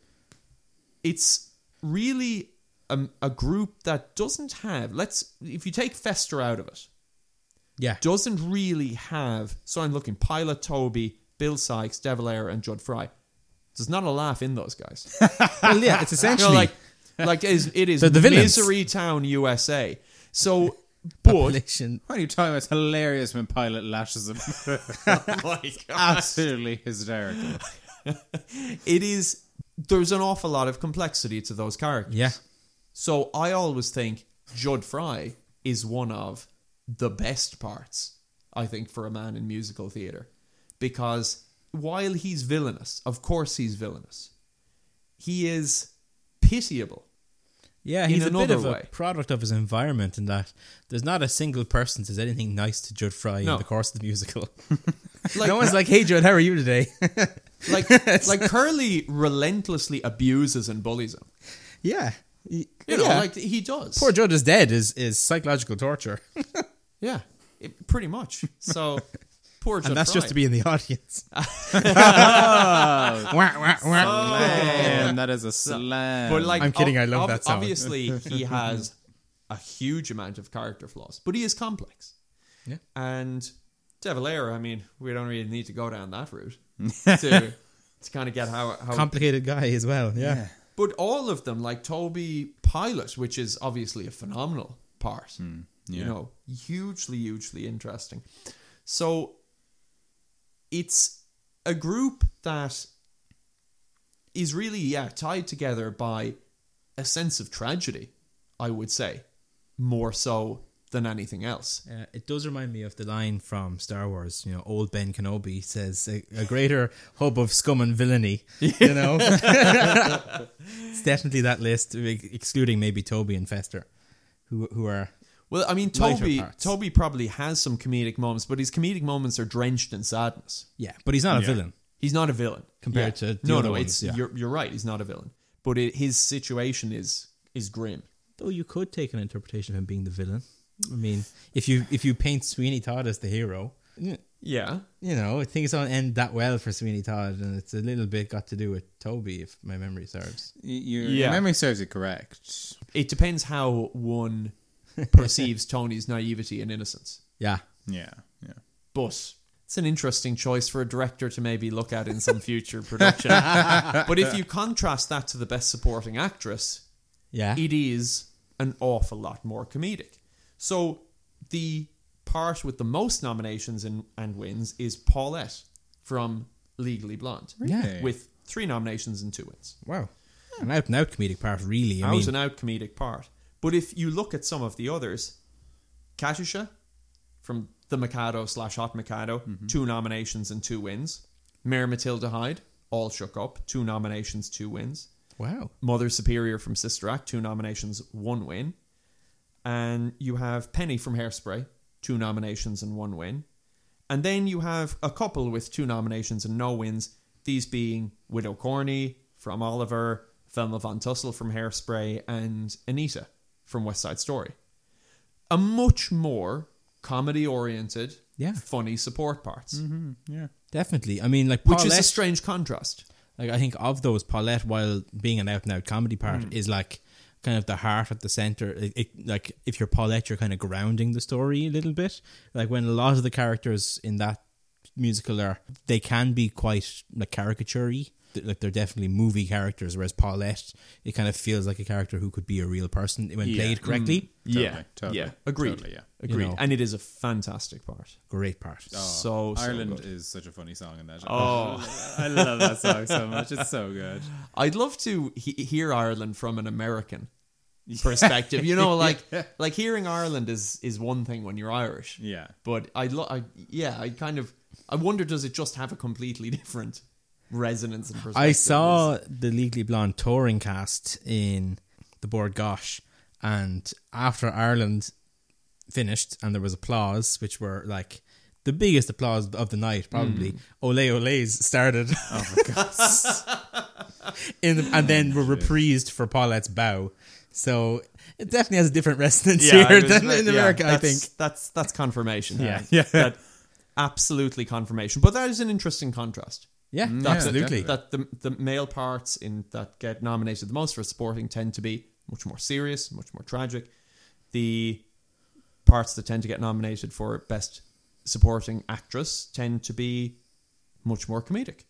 it's really a, a group that doesn't have, let's, if you take Fester out of it, yeah, doesn't really have. So I'm looking Pilot Toby, Bill Sykes, De Valera, and Judd Fry. There's not a laugh in those guys. well, yeah, it's You essentially know, like, like it is, it is They're the villains. misery town USA. So, but population. What are you talking about? It's hilarious when Pilot lashes him. Oh Absolutely hysterical. it is there's an awful lot of complexity to those characters. Yeah, So I always think Judd Fry is one of the best parts, I think, for a man in musical theatre. Because while he's villainous, of course he's villainous, he is pitiable. yeah, In he's a bit another of a way. product of his environment in that there's not a single person says anything nice to Judd Fry No. in the course of the musical. Like, no one's like, "Hey, Judd, how are you today?" like, like Curly relentlessly abuses and bullies him. yeah, You know, like he does. poor Judd is dead is is psychological torture, yeah, it- pretty much. So poor Judd and that's Fry. just to be in the audience. Oh. Man, that is a slam. Oh. But like, um, I'm kidding, I love that sound. Obviously, he has a huge amount of character flaws, but he is complex. Yeah. And De Valera, I mean, we don't really need to go down that route to to kind of get how how. Complicated guy as well. Yeah. but all of them, like Toby Pilot, which is obviously a phenomenal part, you yeah. know, hugely, hugely interesting. So it's a group that is really yeah tied together by a sense of tragedy i would say more so than anything else. Uh, it does remind me of the line from Star Wars. You know, old Ben Kenobi says, "A, a greater hub of scum and villainy." You know, it's definitely that list, ex- excluding maybe Toby and Fester, who who are Well, I mean, Lighter Toby parts. Toby probably has some comedic moments, but his comedic moments are drenched in sadness. yeah, but he's not a Yeah. villain. He's not a villain Compared Yeah. to the no, other no. ones, It's yeah. you're you're right. He's not a villain, but it, his situation is is grim. Though you could take an interpretation of him being the villain. I mean, if you if you paint Sweeney Todd as the hero, you Yeah, know things don't end that well for Sweeney Todd, and it's a little bit got to do with Toby, if my memory serves. Your, your Yeah. memory serves you correct. it depends how one perceives Tony's naivety and innocence. Yeah, Yeah, yeah. But it's an interesting choice for a director to maybe look at in some future production. but if you contrast that to the best supporting actress, yeah. it is an awful lot more comedic. So the part with the most nominations and, and wins is Paulette from Legally Blonde. Really? With three nominations and two wins. Wow. An out and out comedic part, really. I out mean, and out comedic part. But if you look at some of the others, Katusha from the Mikado slash Hot Mikado, two nominations and two wins. Mayor Matilda Hyde, all shook up, two nominations, two wins. wow. Mother Superior from Sister Act, two nominations, one win. And you have Penny from Hairspray, two nominations and one win. And then you have a couple with two nominations and no wins, these being Widow Corney from Oliver, Velma Von Tussle from Hairspray, and Anita from West Side Story. A much more comedy oriented, Yeah. funny support parts, Yeah. Definitely. I mean, like, which Paulette, is a strange contrast. like, I think of those, Paulette, while being an out and out comedy part, is like kind of the heart at the center. It, it- like, if you're Paulette, you're kind of grounding the story a little bit. Like, when a lot of the characters in that musical are, they can be quite like caricaturey. Th- Like, they're definitely movie characters, whereas Paulette, it kind of feels like a character who could be a real person when played correctly. Totally, yeah, totally, yeah, agreed, totally, yeah. agreed, know. and it is a fantastic part. Great part. Oh, so, so Ireland good. is such a funny song in that. Oh. I love that song so much. It's so good. I'd love to he- hear Ireland from an American perspective. You know, like like hearing Ireland is is one thing when you're Irish. Yeah. But I, lo- I yeah, I kind of I wonder does it just have a completely different resonance and perspective? I saw the Legally Blonde touring cast in the Board Gosh, and after Ireland finished, and there was applause, which were like the biggest applause of the night, probably. Mm. Ole Ole's started. Oh in the, and then were reprised for Paulette's bow. So it definitely has a different resonance here than in America, I think. that's that's confirmation. Yeah. yeah, that, absolutely confirmation. But that is an interesting contrast. Yeah, Mm, Yeah, absolutely. that the the male parts in that get nominated the most for supporting tend to be much more serious, much more tragic. The parts that tend to get nominated for best supporting actress tend to be much more comedic.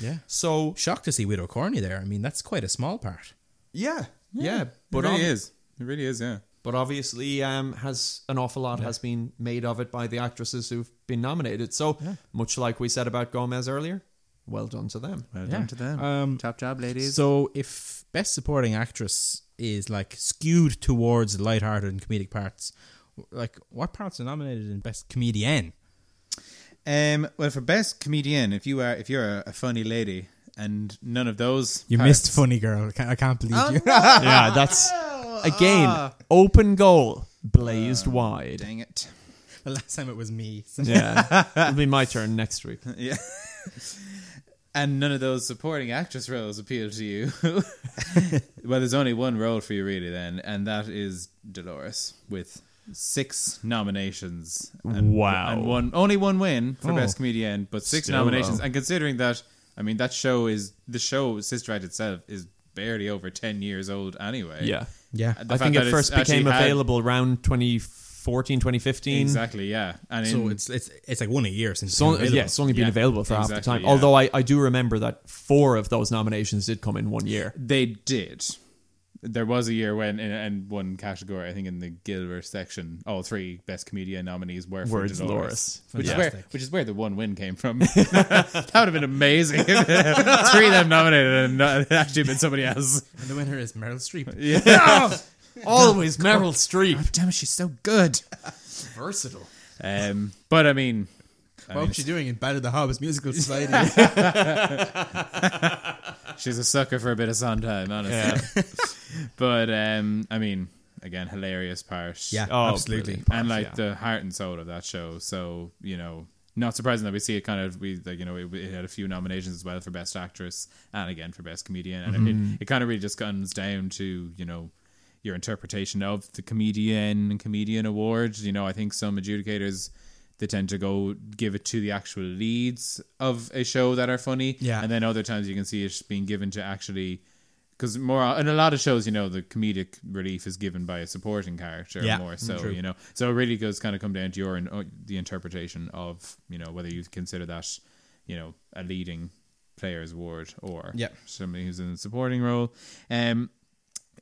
yeah. So Shocked to see Widow Corney there. I mean, that's quite a small part. yeah, yeah, But but it really ob- is. It really is, yeah. but obviously um, has an awful lot has been made of it by the actresses who've been nominated. So much like we said about Gomez earlier, well done to them. Well Yeah. done to them. Um, Top job, ladies. So if best supporting actress is like skewed towards lighthearted and comedic parts, like what parts are nominated in best comedian? Um, well, for best comedian, if you are if you're a, a funny lady and none of those, parts- funny girl. I can't, I can't believe you. yeah, that's again open goal blazed wide. Ah. Dang it! the last time it was me. Yeah, it'll be my turn next week. Yeah. and none of those supporting actress roles appeal to you. well, there's only one role for you really then, and that is Dolores with six nominations. And, Wow. And one only one win for Oh. best comedian, but six Still nominations. low. And considering that, I mean, that show is the show Sister Act itself is barely over ten years old anyway. Yeah, Yeah. The I fact think that it it's first became actually had- available around 2014, 2015. Exactly. Yeah. And So in- it's it's it's like one a year since. It's only, it's been yeah, it's only been Yeah, available for half the exactly, time. yeah. Although I, I do remember that four of those nominations did come in one year. They did. There was a year when, in, in one category, I think in the Gilbert section, all three best comedian nominees were for Words Dolores, Dolores. which is where Fantastic. which is where the one win came from. that would have been amazing. if three of them nominated, and not, it actually been somebody else. available. And the winner is Meryl Streep. Yeah. Always Meryl Streep. Damn it, she's so good. Versatile. Um, but I mean, What was she doing in Bad of the Hobbs Musical Society? she's a sucker for a bit of Sondheim, honestly. but um, I mean, again, hilarious part. yeah, Oh, absolutely. brilliant. part, and like yeah. the heart and soul of that show. So you know, not surprising that we see it kind of we like you know it, it had a few nominations as well for best actress and again for best comedian, and Mm-hmm. it, it kind of really just comes down to you know your interpretation of the comedian and comedian awards. You know, I think some adjudicators. They tend to go give it to the actual leads of a show that are funny, Yeah. and then other times you can see it being given to actually because more in a lot of shows, you know, the comedic relief is given by a supporting character Yeah, more so, you know. So it really does kind of come down to your uh, the interpretation of you know whether you consider that you know a leading player's award or Yeah. somebody who's in a supporting role. Um,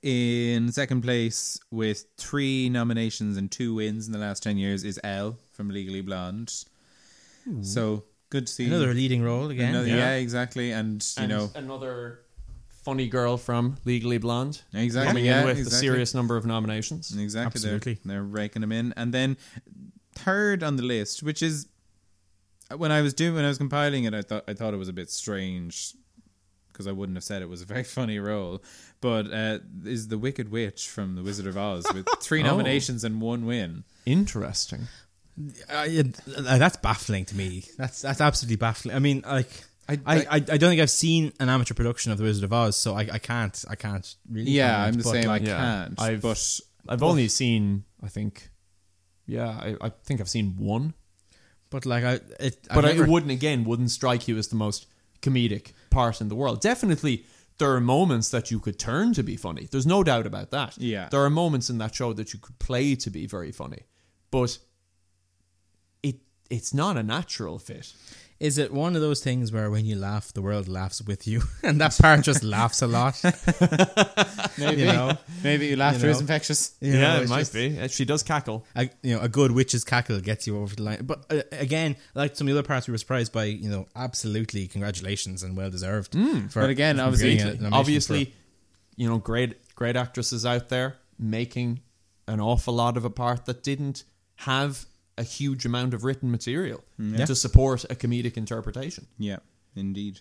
in second place with three nominations and two wins in the last ten years is Elle from Legally Blonde. So good to see Another leading role again. Another- yeah. yeah. exactly, and you And know. another funny girl from Legally Blonde. Exactly, Coming yeah, in with exactly. a serious number of nominations. Exactly. Absolutely. They're, they're raking them in. And then third on the list, which is uh, when I was doing when I was compiling it, I thought I thought it was a bit strange because I wouldn't have said it was a very funny role. But uh, is the Wicked Witch from The Wizard of Oz with Oh. three nominations and one win? Interesting. Uh, yeah, th- uh, that's baffling to me. That's that's absolutely baffling. I mean, like I I- I, I, don't think I've seen an amateur production of The Wizard of Oz, so I, I can't I can't really. Yeah, comment, I'm the but, same. Like, I yeah, can't. I've- but I've only seen, I think, yeah, I, I think I've seen one. but like I it But I, I it wouldn't, again, wouldn't strike you as the most comedic part in the world. Definitely, there are moments that you could turn to be funny. There's no doubt about that. Yeah. There are moments in that show that you could play to be very funny. But it it's not a natural fit. is it one of those things where when you laugh, the world laughs with you, and that part just laughs a lot. maybe You know? maybe laughter You know? is infectious. You know, it's just- be. She does cackle. a, you know, a good witch's cackle gets you over the line. But uh, again, like some of the other parts, we were surprised by. You know, absolutely, congratulations and well deserved. for, But again, for obviously- getting a nomination Obviously, for- you know, great great actresses out there making an awful lot of a part that didn't have a huge amount of written material Mm, to support a comedic interpretation. Yeah, indeed.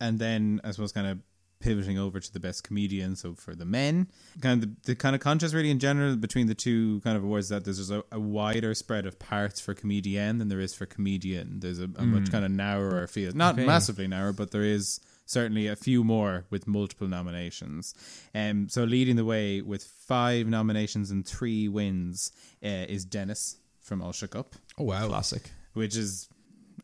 And then I suppose kind of pivoting over to the best comedian. So for the men, kind of the, the kind of contrast really in general between the two kind of awards is that there's just a, a wider spread of parts for comedian than there is for comedian. There's a, a much kind of narrower field, not massively narrow, but there is certainly a few more with multiple nominations. Um, so leading the way with five nominations and three wins uh, is Dennis from All Shook Up, oh wow, Classic. which is.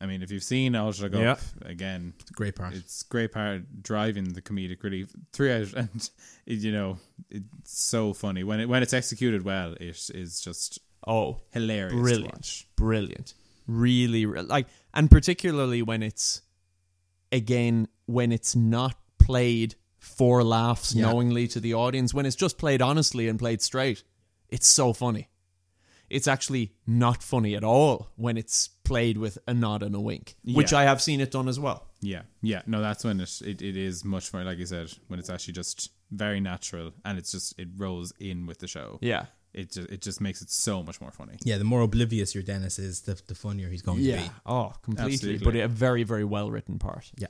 I mean, if you've seen All Shook Up, Yeah. again, great part. it's great part driving the comedic relief three out and it, you know it's so funny when it when it's executed well. It is just Oh, hilarious. to brilliant, watch. brilliant, really re- like, and particularly when it's again when it's not played for laughs Yeah. knowingly to the audience, when it's just played honestly and played straight, it's so funny. It's actually not funny at all when it's played with a nod and a wink, which Yeah. I have seen it done as well. Yeah, yeah. No, that's when it, it it is much more like you said when it's actually just very natural and it's just it rolls in with the show. Yeah, it just it just makes it so much more funny. yeah, the more oblivious your Dennis is, the, the funnier he's going to be. Oh, completely. Absolutely. But a very, very well written part. Yeah,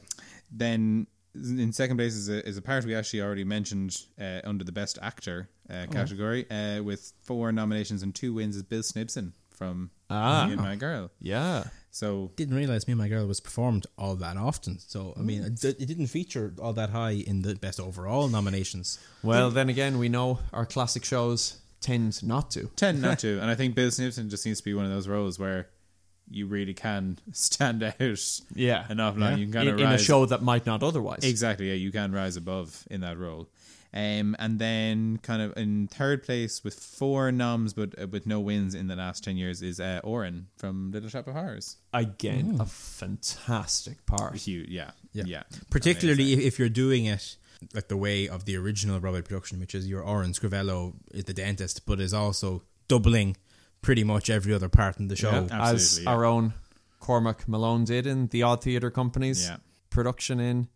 Then in second place is a, is a part we actually already mentioned uh, under the best actor uh, Oh. category uh, with four nominations and two wins is Bill Snibson from Ah. Me and My Girl. Yeah, So didn't realize me and my girl was performed all that often. So I mean, it, it didn't feature all that high in the best overall nominations. Well, then again, we know our classic shows tend not to. tend not to, and I think Bill Snibson just seems to be one of those roles where you really can stand out. Yeah. enough now you can kind in, of in a rise show that might not otherwise. Exactly. Yeah, you can rise above in that role. Um, and then kind of in third place with four noms but uh, with no wins in the last 10 years is uh, Oren from Little Shop of Horrors. Again, a fantastic part. Huge. Yeah. Yeah. Yeah. Particularly if, if you're doing it like the way of the original Robert production, which is your Orange Scrivello is the dentist, but is also doubling pretty much every other part in the show. Yeah. As absolutely, yeah. our own Cormac Malone did in the Odd Theatre Company's Yeah. production in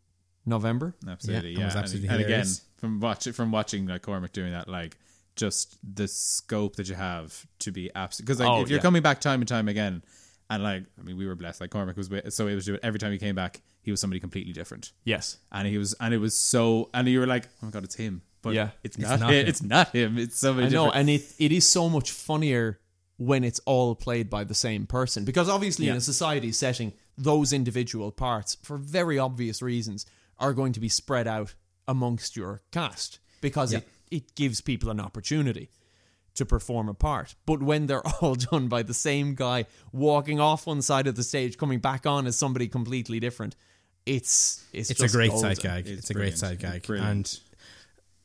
November. Absolutely. Yeah, Yeah. that was And- absolutely and, again, hilarious. from watch from watching like Cormac doing that, like just the scope that you have to be absolute. Because like, Oh, if you're yeah. coming back time and time again, and like, I mean, we were blessed. Like Cormac was wi- so able to do it every time he came back. He was somebody completely different, Yes. and he was, and it was so, and you were like, oh my god, it's him. But Yeah. it's not. him. It's not him. It's somebody. I know, different. and it, it is so much funnier when it's all played by the same person because obviously in a society setting, those individual parts, for very obvious reasons, are going to be spread out amongst your cast because it, it gives people an opportunity to perform a part. But when they're all done by the same guy walking off one side of the stage, coming back on as somebody completely different, it's it's It's just a great golden. side gag. It's, a great side gag. Brilliant. And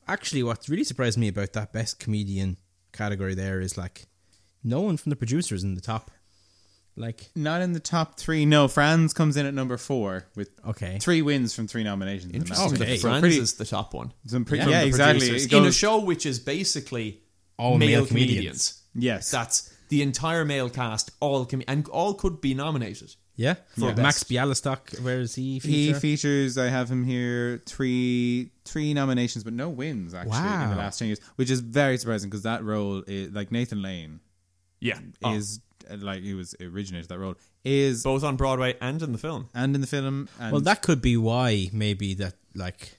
actually, what really surprised me about that best comedian category there is like no one from the producers in the top. Like not in the top three. No, Franz comes in at number four with Okay. three wins from three nominations. in that. Interesting. So Okay. pretty- Franz is the top one. some pretty- From yeah, the exactly. producers. It in a goes- show which is basically All male, male comedians. comedians. Yes. That's the entire male cast, all com- and all could be nominated. yeah, For Max Bialystock, where is he? He feature? features. I have him here three three nominations, but no wins actually in the Wow. last ten years, which is very surprising because that role is like Nathan Lane Yeah, is uh, like he was originated that role is both on Broadway and in the film. and in the film. And well, that could be why maybe that like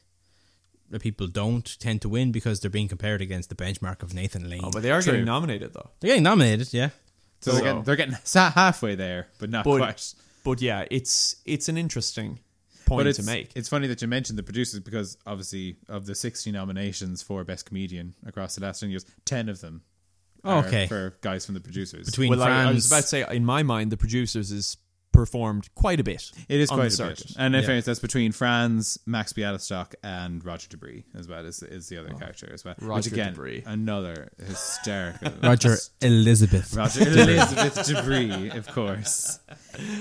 the people don't tend to win because they're being compared against the benchmark of Nathan Lane. Oh, but they are True. getting nominated though. they're getting nominated, yeah. so they're getting, they're getting sa- halfway there, but not But quite. but yeah, it's it's an interesting point But it's, to make. it's funny that you mentioned the producers because obviously of the sixty nominations for best comedian across the last ten years, ten of them. Oh, are Okay. for guys from the producers. Between Well, I, I was France, about to say, in my mind, the producers is performed quite a bit. It is on quite the a bit. circuit. And in fairness, that's between Franz, Max Bialystock, and Roger Debris as well is, is the other character as well. Which Roger again, Debris. another hysterical. Roger Elizabeth. Roger Elizabeth Debris, of course.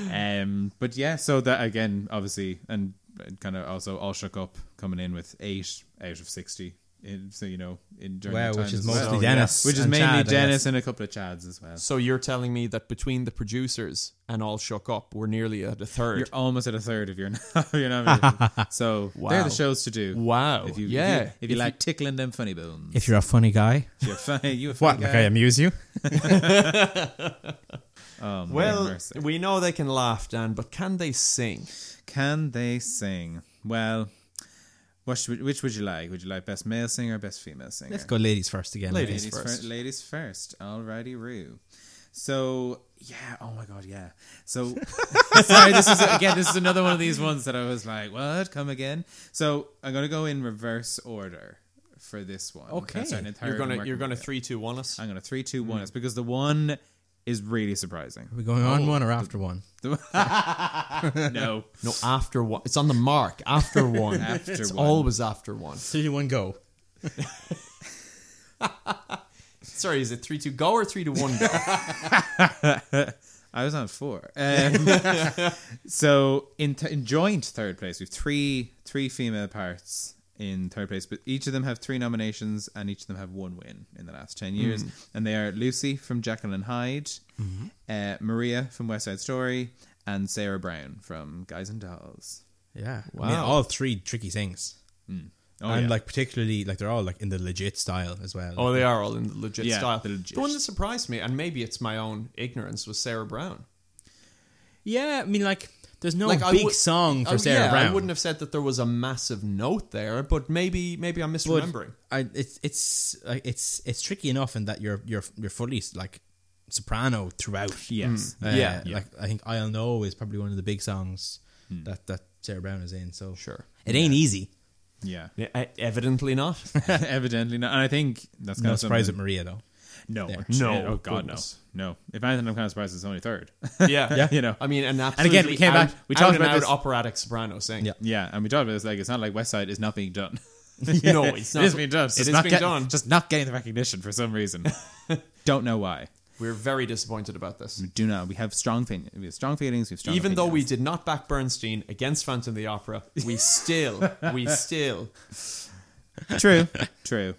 Um, but yeah, so that again, obviously, and kind of also all shook up coming in with eight out of sixty. In, so you know, in during Wow, that time which is as mostly well. Dennis which is and mainly Chad, I guess. Dennis and a couple of Chads as well. So you're telling me that between the producers and all shook up, we're nearly at a third. You're almost at a third if you're not. You're not so they're Wow. the shows to do. Wow. If you, Yeah. If you, if you like tickling them funny bones, If you're a funny guy, you're funny. You a funny what? guy. Like I amuse you? Oh, my well, mercy. we know they can laugh, Dan, but can they sing? can they sing? Well, what should, which would you like? Would you like best male singer, or best female singer? Let's go ladies first again. Ladies. Ladies first. first. ladies first. Alrighty, Roo. So yeah, oh my god, yeah. So sorry, this is again, this is another one of these ones that I was like, what? Come again? So I'm gonna go in reverse order for this one. Okay. I'm starting in third You're and gonna working you're my gonna Hmm. way up. three two one us. I'm gonna three, two, one. It's because the one is really surprising. Are we going Oh. on one or after one? no, No, after one. It's on the mark. After one. After it's one. always after one. Three, one, go. Sorry, is it three to go or three to one go? I was on four. Um, so in, th- in joint third place, we've three three female parts in third place, but each of them have three nominations and each of them have one win in the last ten years, and they are Lucy from Jekyll and Hyde, uh, Maria from West Side Story, and Sarah Brown from Guys and Dolls. Yeah. I mean, Wow. all three tricky things. Oh, and yeah. like particularly like they're all like in the legit style as well. oh, they are all in the legit Yeah, style. the legit. The one that surprised me, and maybe it's my own ignorance, was Sarah Brown. yeah, I mean like there's no Like, I big would- song for Oh, Sarah yeah, Brown. I wouldn't have said that there was a massive note there, but maybe maybe I'm But misremembering. I, it's it's like it's it's tricky enough in that you're you're you're fully like soprano throughout. Yes. Uh, Mm. Yeah. Like I think I'll Know is probably one of the big songs that that Sarah Brown is in. So Sure. It ain't easy. yeah, Yeah, e- evidently not. evidently not. And I think that's kind No of surprise something- at Maria though. No, there. No, oh god, goodness. no, no. If anything, I'm kind of surprised it's only third. yeah. You know. I mean, an And again, we absolutely came back- out- we talked out and about out this- operatic soprano saying. Yeah. Yeah, and we talked about this. Like, it's not like West Side is not being done. No, it's not. it is being done. It It's is not being getting- done. Just not getting the recognition for some reason. Don't know why. We're very disappointed about this. We do not. We have strong feelings. We have strong feelings. We have strong Even though we opinions. did not back Bernstein against Phantom of the Opera, we still, we still true, true.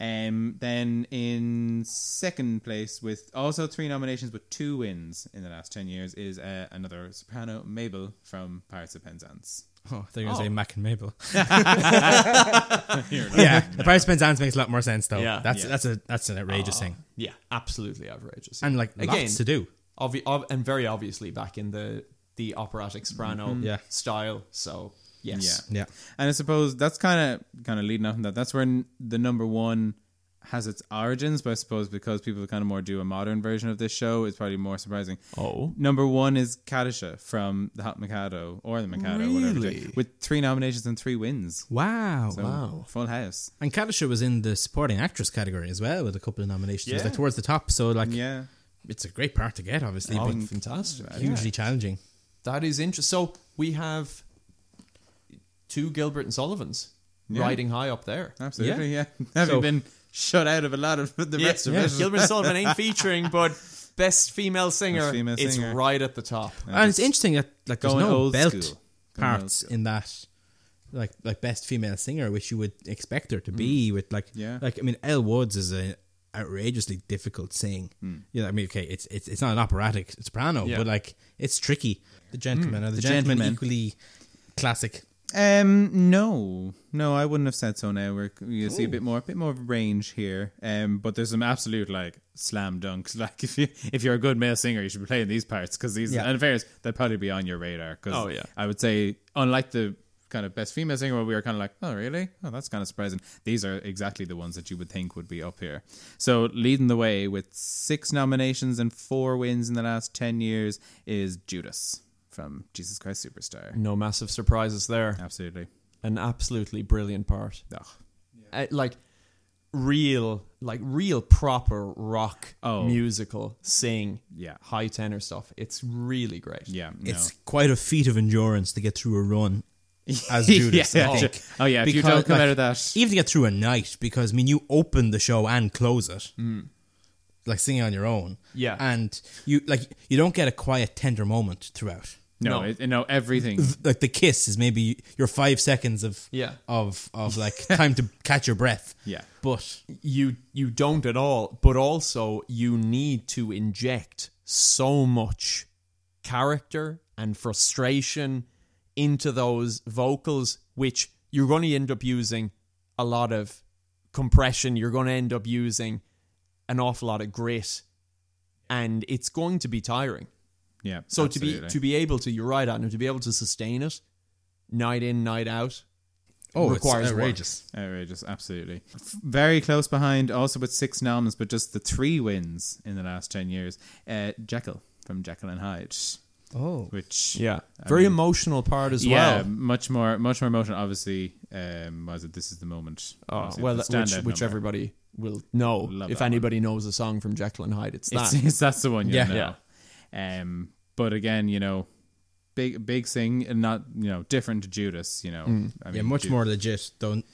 Um, then in second place, with also three nominations but two wins in the last ten years, is uh, another soprano, Mabel from Pirates of Penzance. Oh, they're gonna say Mac and Mabel. yeah, the Pirates Pens Dance makes a lot more sense though. Yeah. that's Yeah. Ah. that's a that's an outrageous thing, Yeah, absolutely outrageous. and like lots to do. obvi- ob- and very obviously back in the the operatic soprano Yeah. style. So yes, Yeah, And I suppose that's kind of kind of leading off from that. That's where n- the number one has its origins, but I suppose because people kind of more do a modern version of this show, it's probably more surprising. Oh. number one is Kadisha from the Hot Mikado or the Mikado, whatever, it is, with three nominations and three wins. Wow, So, full house. And Kadisha was in the supporting actress category as well with a couple of nominations. It was, Yeah. like towards the top, so like Yeah, it's a great part to get, obviously, Oh, but fantastic. hugely challenging. That is interesting. So we have two Gilbert and Sullivans riding high up there. absolutely. Yeah, having So- been shut out of a lot of the Yeah, rest of yeah. it. Gilbert and Sullivan ain't featuring, but best female singer, Best female it's singer. right at the top. And, it's interesting that like there's going no old belt school. Going old parts school. in that, like like best female singer, which you would expect her to be with like Mm. Yeah. like I mean Elle Woods is a outrageously difficult sing. Hmm. Yeah, I mean okay, it's it's it's not an operatic soprano, Yeah. but like it's tricky. The gentleman are the, gentleman, Hmm. Gentlemen. equally classic. Um, no, no, I wouldn't have said so. Now we're you see a bit more, a bit more of range here. Um, but there's some absolute like slam dunks. Like if you if you're a good male singer, you should be playing these parts because these, Yeah. and in fairness, they'd probably be on your radar. 'cause Oh, yeah. I would say unlike the kind of best female singer, where we were kind of like, oh really, oh that's kind of surprising. These are exactly the ones that you would think would be up here. So leading the way with six nominations and four wins in the last ten years is Judas from Jesus Christ Superstar. No massive surprises there. Absolutely. An absolutely brilliant part. Ugh. Uh, like real, like real proper rock Oh. musical sing. Yeah. high tenor stuff. It's really great. Yeah, It's quite a feat of endurance to get through a run as Yeah, Judas. I yeah. think. Oh, yeah, if you don't come out of that- even to get through a night, because I mean, you open the show and close it, Mm. like singing on your own. Yeah. and you like you don't get a quiet, tender moment throughout. no, No. no, it, no everything. Like the kiss is maybe your five seconds of Yeah. of of like time to catch your breath. Yeah. but You you don't at all, but also you need to inject so much character and frustration into those vocals which you're going to end up using a lot of compression, you're going to end up using an awful lot of grit and it's going to be tiring. Yeah. So to be absolutely. to be able to, you're right, Adam, to be able to sustain it night in, night out, oh, requires it's work. outrageous. outrageous, Uh, absolutely. F- Very close behind, also with six noms, but just the three wins in the last ten years. Uh, Jekyll from Jekyll and Hyde, Oh, which Yeah, very emotional part as yeah, well. much more, much more emotional. Obviously, um, was it this is the moment? Oh, Obviously, well, the that- which, standout which number. everybody will know Love if that anybody knows a song from Jekyll and Hyde. It's that. It's, it's that's the one. You Yeah. know. Um, but again, you know, big big thing, and not you know different to Judas. You know, Mm. I mean, yeah, much Ju- more legit. Don't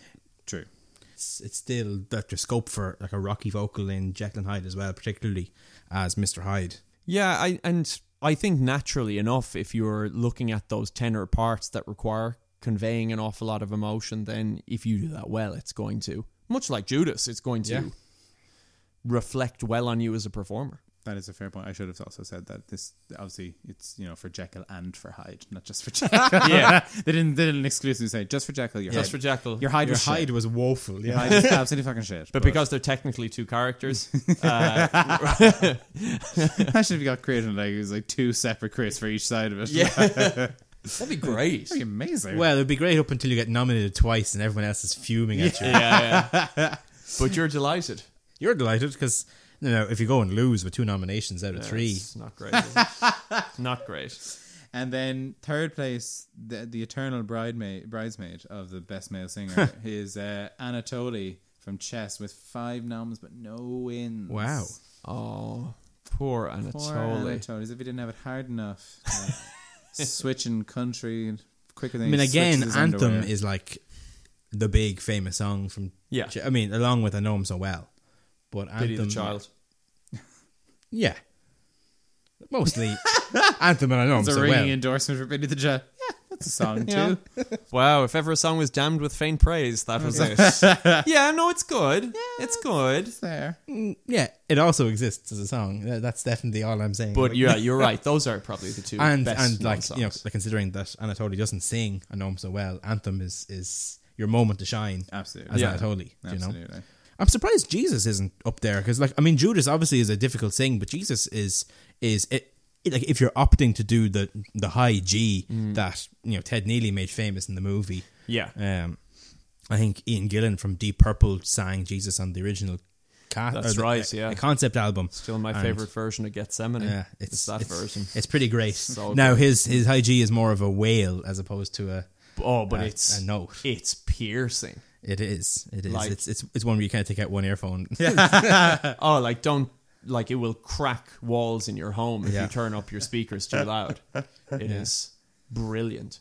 true. it's, it's still that there's scope for like a rocky vocal in Jekyll and Hyde as well, particularly as Mr. Hyde. yeah, I and I think naturally enough, if you're looking at those tenor parts that require conveying an awful lot of emotion, then if you do that well, it's going to much like Judas, it's going to Yeah. reflect well on you as a performer. That is a fair point. I should have also said that this obviously it's you know for Jekyll and for Hyde, not just for Jekyll. yeah, they didn't they didn't exclusively say just for Jekyll. Your Just Hyde, for Jekyll, your Hyde Your was shit. Hyde was woeful. Your Hyde is absolutely fucking shit. but because they're technically two characters, imagine if you got created like it was like two separate crits for each side of it. yeah, that'd be great. That'd be amazing. Well, it'd be great up until you get nominated twice and everyone else is fuming at you. yeah, yeah. but you're delighted. You're delighted because you know if you go and lose with two nominations out of three, It's not great. is it? not great. And then third place, the, the eternal bridemaid, bridesmaid of the best male singer is uh, Anatoly from Chess with five noms but no wins. wow, Oh, poor Poor Anatoly. Anatoly. As if he didn't have it hard enough. Uh, switching country quicker than I mean, he again, switches his Anthem underwear. is like the big famous song from. Yeah. I mean, along with I know him so well, but Anthem, Pity the child. yeah, mostly Anthem and I know him It's a so ringing well. endorsement for Billy the Jet. Yeah, That's a song Yeah. too. Wow, if ever a song was damned with faint praise, that was it. yeah, no, it's good. it's good. It's there. Mm, Yeah, it also exists as a song. That- That's definitely all I'm saying. But Like, yeah, you're right. Those are probably the two and best and like known you know, songs. like considering that Anatoly doesn't sing, I know him so well. Anthem is is your moment to shine. Absolutely. as Yeah. Anatoly, you know. Absolutely. I'm surprised Jesus isn't up there because, like, I mean, Judas obviously is a difficult thing, but Jesus is is it, it- like if you're opting to do the the high G Mm. that you know Ted Neely made famous in the movie. Yeah. um, I think Ian Gillan from Deep Purple sang Jesus on the original. Cat, That's or the- right, yeah. a concept album. Still my And- favorite version of Gethsemane. Yeah, it's, that version. It's pretty great. So now his his high G is more of a wail as opposed to a Oh, but a- it's a note. It's piercing. It is. It is. Like- it's, it's it's one where you kind of take out one earphone. Oh, like don't like it will crack walls in your home if Yeah. you turn up your speakers too loud. It is brilliant.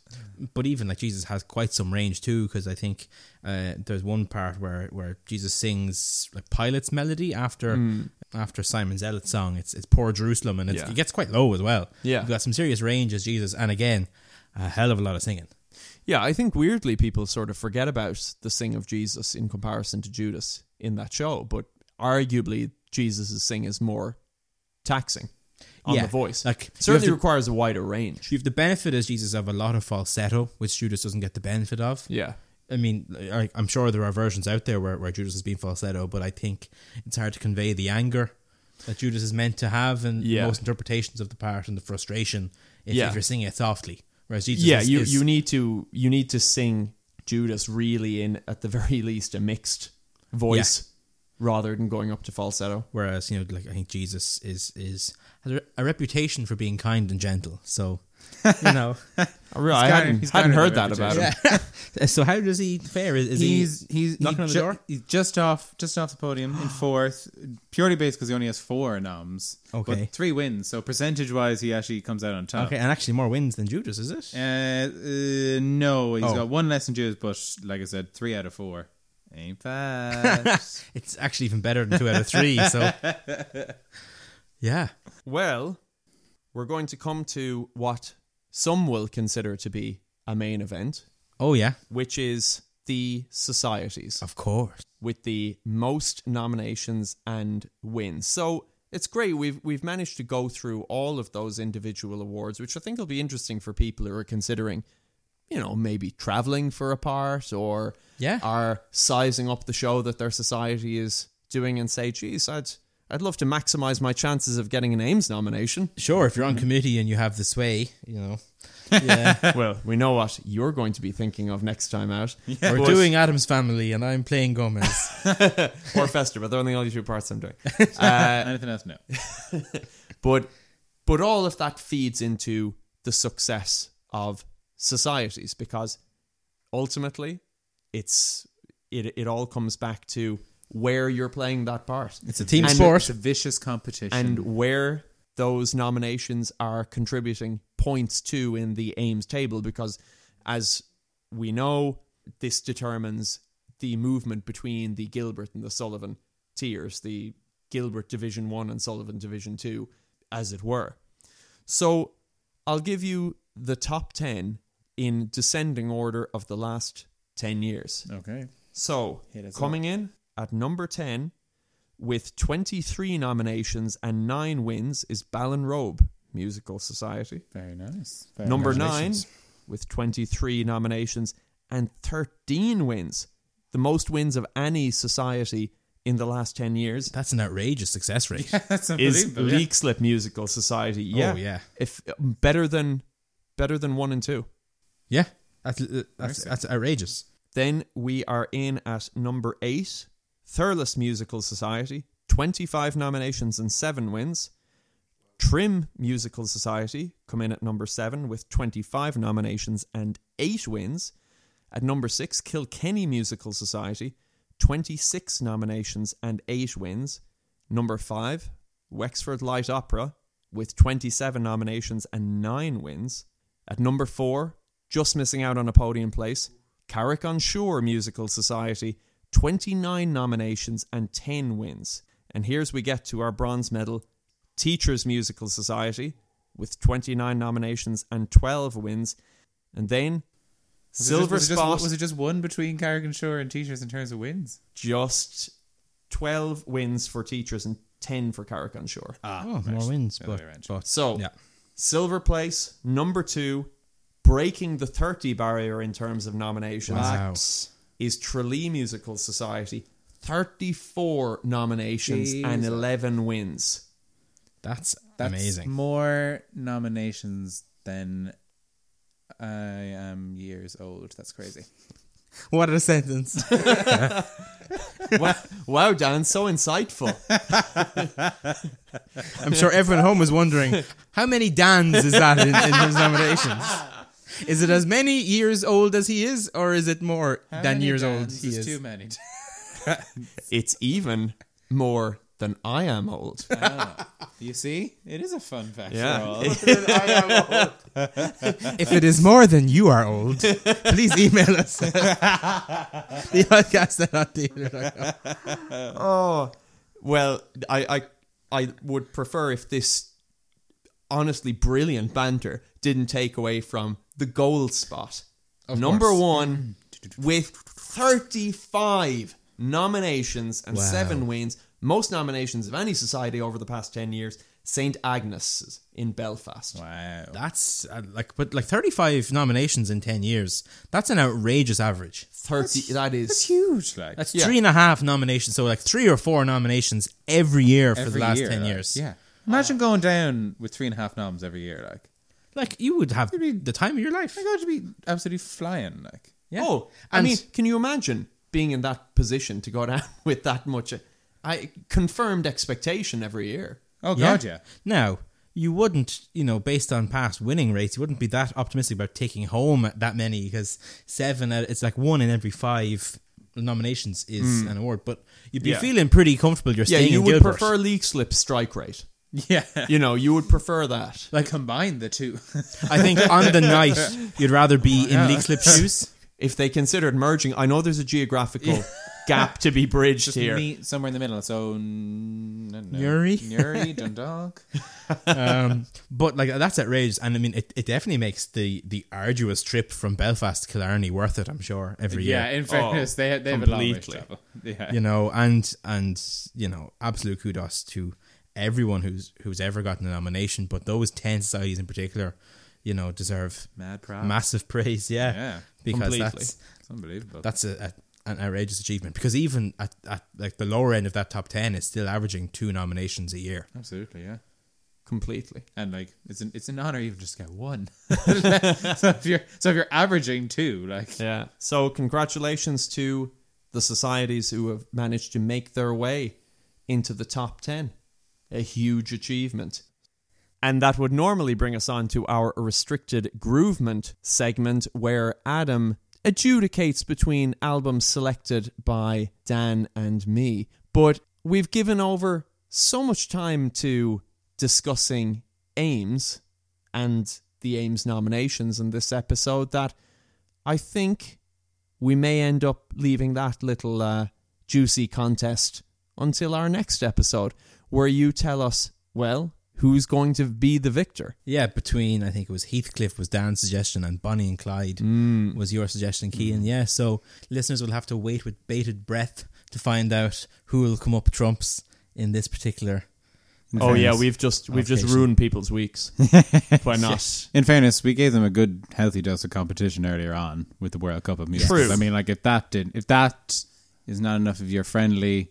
but even like Jesus has quite some range too, because I think uh, there's one part where where Jesus sings like Pilate's melody after after Simon Zealot's song. It's it's poor Jerusalem, and it's, Hmm. Yeah. it gets quite low as well. Yeah. you've got some serious range as Jesus, and again, a hell of a lot of singing. Yeah, I think weirdly people sort of forget about the sing of Jesus in comparison to Judas in that show, but arguably Jesus' sing is more taxing on Yeah, the voice. like, you certainly have to- requires a wider range. You have the benefit as Jesus of a lot of falsetto, which Judas doesn't get the benefit of. yeah. I mean, I, I'm sure there are versions out there where, where Judas is being falsetto, but I think it's hard to convey the anger that Judas is meant to have and Yeah. most interpretations of the part and the frustration if, Yeah. if you're singing it softly. Whereas Jesus yeah, is, you, is- you need to you need to sing Judas really in at the very least a mixed voice rather than going up to falsetto. whereas, you know, like I think Jesus is is has a, a reputation for being kind and gentle. So, you know, I really, I got- hadn't, he's got hadn't another heard that about him. so how does he fare? Is, is He's he he's knocking he on the ju- door? He's just off just off the podium in fourth, purely based because he only has four noms. Okay. but three wins, so percentage wise, he actually comes out on Oh. top. okay, and actually more wins than Judas, is it? Uh, uh, no, he's Oh. got one less than Jews, but like I said, three out of four. Ain't bad. It's actually even better than two out of three. So, yeah. Well, we're going to come to what some will consider to be a main event, Oh yeah, which is the societies of course. with the most nominations and wins. So it's great. We've we've managed to go through all of those individual awards, which I think will be interesting for people who are considering, you know, maybe traveling for a part or Yeah. are sizing up the show that their society is doing and say, geez, I'd I'd love to maximize my chances of getting an Ames nomination. Sure, if you're on committee and you have the sway, you know, well, we know what you're going to be thinking of next time out. we're But- doing Adam's Family and I'm playing Gomez. or Fester, but they're only the only two parts I'm doing. Uh, Anything else? No. but but all of that feeds into the success of societies because ultimately it's it it all comes back to where you're playing that part It's a team And- sport. It's a vicious competition. and where those nominations are contributing points to in the aims table because as we know this determines the movement between the gilbert and the sullivan tiers the gilbert division 1 and sullivan division 2 as it were so i'll give you the top 10 in descending order of the last 10 years okay. so, Hit us coming in at number 10 with 23 nominations and 9 wins is Ballon Robe Musical Society. Very nice. Very number nice. 9 with 23 nominations and 13 wins, the most wins of any society in the last 10 years. That's an outrageous success rate. That's Is unbelievable. yeah. Leak Slip Musical Society? Yeah, Oh, yeah. If better than better than one and two. yeah, that's uh, that's, that's outrageous. Then we are in at number eight, Thurles Musical Society, 25 nominations and seven wins. Trim Musical Society come in at number seven with 25 nominations and eight wins. At number six, Kilkenny Musical Society, 26 nominations and eight wins. Number five, Wexford Light Opera, with 27 nominations and nine wins. At number four, just missing out on a podium place, Carrick on Shore Musical Society, 29 nominations and 10 wins. And here's we get to our bronze medal, Teachers Musical Society, with 29 nominations and 12 wins. And then Was it Silver just, was it just- Spot was it just one between Carrick and Shore and Teachers in terms of wins? just 12 wins for teachers and 10 for Carrick on Shore. Ah, oh, more wins, Other but, way around. but So, yeah. silver place, number two, breaking the 30 barrier in terms of nominations Wow. is Tralee Musical Society. 34 nominations and Jesus. 11 wins. that's, That's amazing. More nominations than I am years old. That's crazy. What a sentence! wow, wow, Dan, so insightful. I'm sure everyone at home is wondering how many Dans is that in, in those nominations. Is it as many years old as he is, or is it more than years old This he is? too many. It's even more than I am old. you see, it is a fun fact for all. Yeah. If it is more than you are old, please email us. the podcast at hottheater.com. Oh, well, I, I, I would prefer if this honestly brilliant banter didn't take away from the goal spot. Number course. one, with 35 nominations and seven wins, most nominations of any society over the past 10 years, St. Agnes in Belfast. Wow. That's uh, like, but like 35 nominations in 10 years. That's an outrageous average. 30, that is. It's huge. Like That's Yeah. three and a half nominations. So like three or four nominations every year for every the last year, 10 like, years. Yeah. Imagine going down with three and a half noms every year. Like, Like you would have the time of your life. my God, you'd be absolutely flying. Like, Oh, I And- mean, can you imagine being in that position to go down with that much? uh, I confirmed expectation every year. oh God, yeah. Now, you wouldn't, you know, based on past winning rates, you wouldn't be that optimistic about taking home that many because seven, out- it's like one in every five nominations is an award. But you'd be Hmm. Yeah. feeling pretty comfortable. You're Yeah, staying you in would Gilbert. prefer league slip strike rate. Yeah. You know, you would prefer that. Like, combine the two. I think on the night, you'd rather be in league slip shoes. If they considered merging, I know there's a geographical gap to be bridged Just here. meet somewhere in the middle. So, n- I don't know. Newry? Newry, Dundalk. um, but like that's outrageous, and I mean, it, it definitely makes the the arduous trip from Belfast to Killarney worth it. I'm sure every year. Yeah, in fairness, they, they have a long way to Oh, completely. travel. Yeah. you know, and and you know, absolute kudos to everyone who's who's ever gotten a nomination, but those ten societies in particular, you know, deserve Mad props. massive praise. Yeah, Yeah, because completely. that's It's unbelievable. that's a, a an outrageous achievement. Because even at, at like the lower end of that top ten is still averaging two nominations a year. Absolutely, yeah. Completely. And like it's an it's an honor even just to get one. so if you're so if you're averaging two, like Yeah. So, congratulations to the societies who have managed to make their way into the top 10. A huge achievement. And that would normally bring us on to our restricted groovement segment where Adam adjudicates between albums selected by Dan and me. But we've given over so much time to discussing Ames and the Ames nominations in this episode that I think we may end up leaving that little uh, juicy contest until our next episode, where you tell us, well, who's going to be the victor? Yeah, between I think it was Heathcliff was Dan's suggestion and Bonnie and Clyde was your suggestion, Kean. Yeah, so listeners will have to wait with bated breath to find out who will come up trumps in this particular. Oh yeah, event. we've just we've just Allocation. ruined people's weeks by not. In fairness, we gave them a good healthy dose of competition earlier on with the World Cup of Music. True. I mean, like if that didn't if that is not enough of your friendly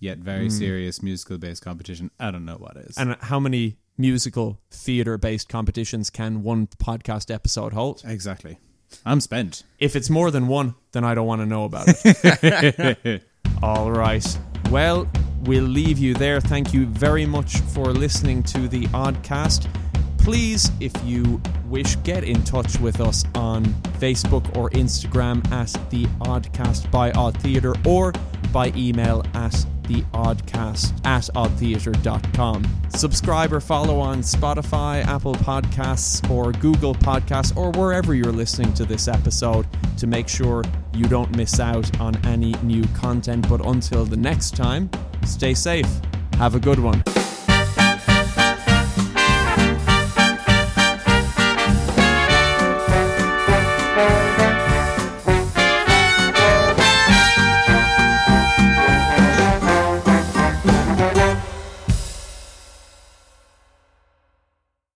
yet very serious musical based competition, I don't know what is. Mm. And how many musical theater based competitions can one podcast episode hold? exactly. I'm spent. If it's more than one, then I don't want to know about it. All right. Well, we'll leave you there. Thank you very much for listening to the Oddcast. Please, if you wish, get in touch with us on Facebook or Instagram at the Oddcast by Odd Theatre or by email at the Oddcast at oddtheatre.com. Subscribe or follow on Spotify, Apple Podcasts, or Google Podcasts, or wherever you're listening to this episode to make sure you don't miss out on any new content. But until the next time, stay safe. Have a good one.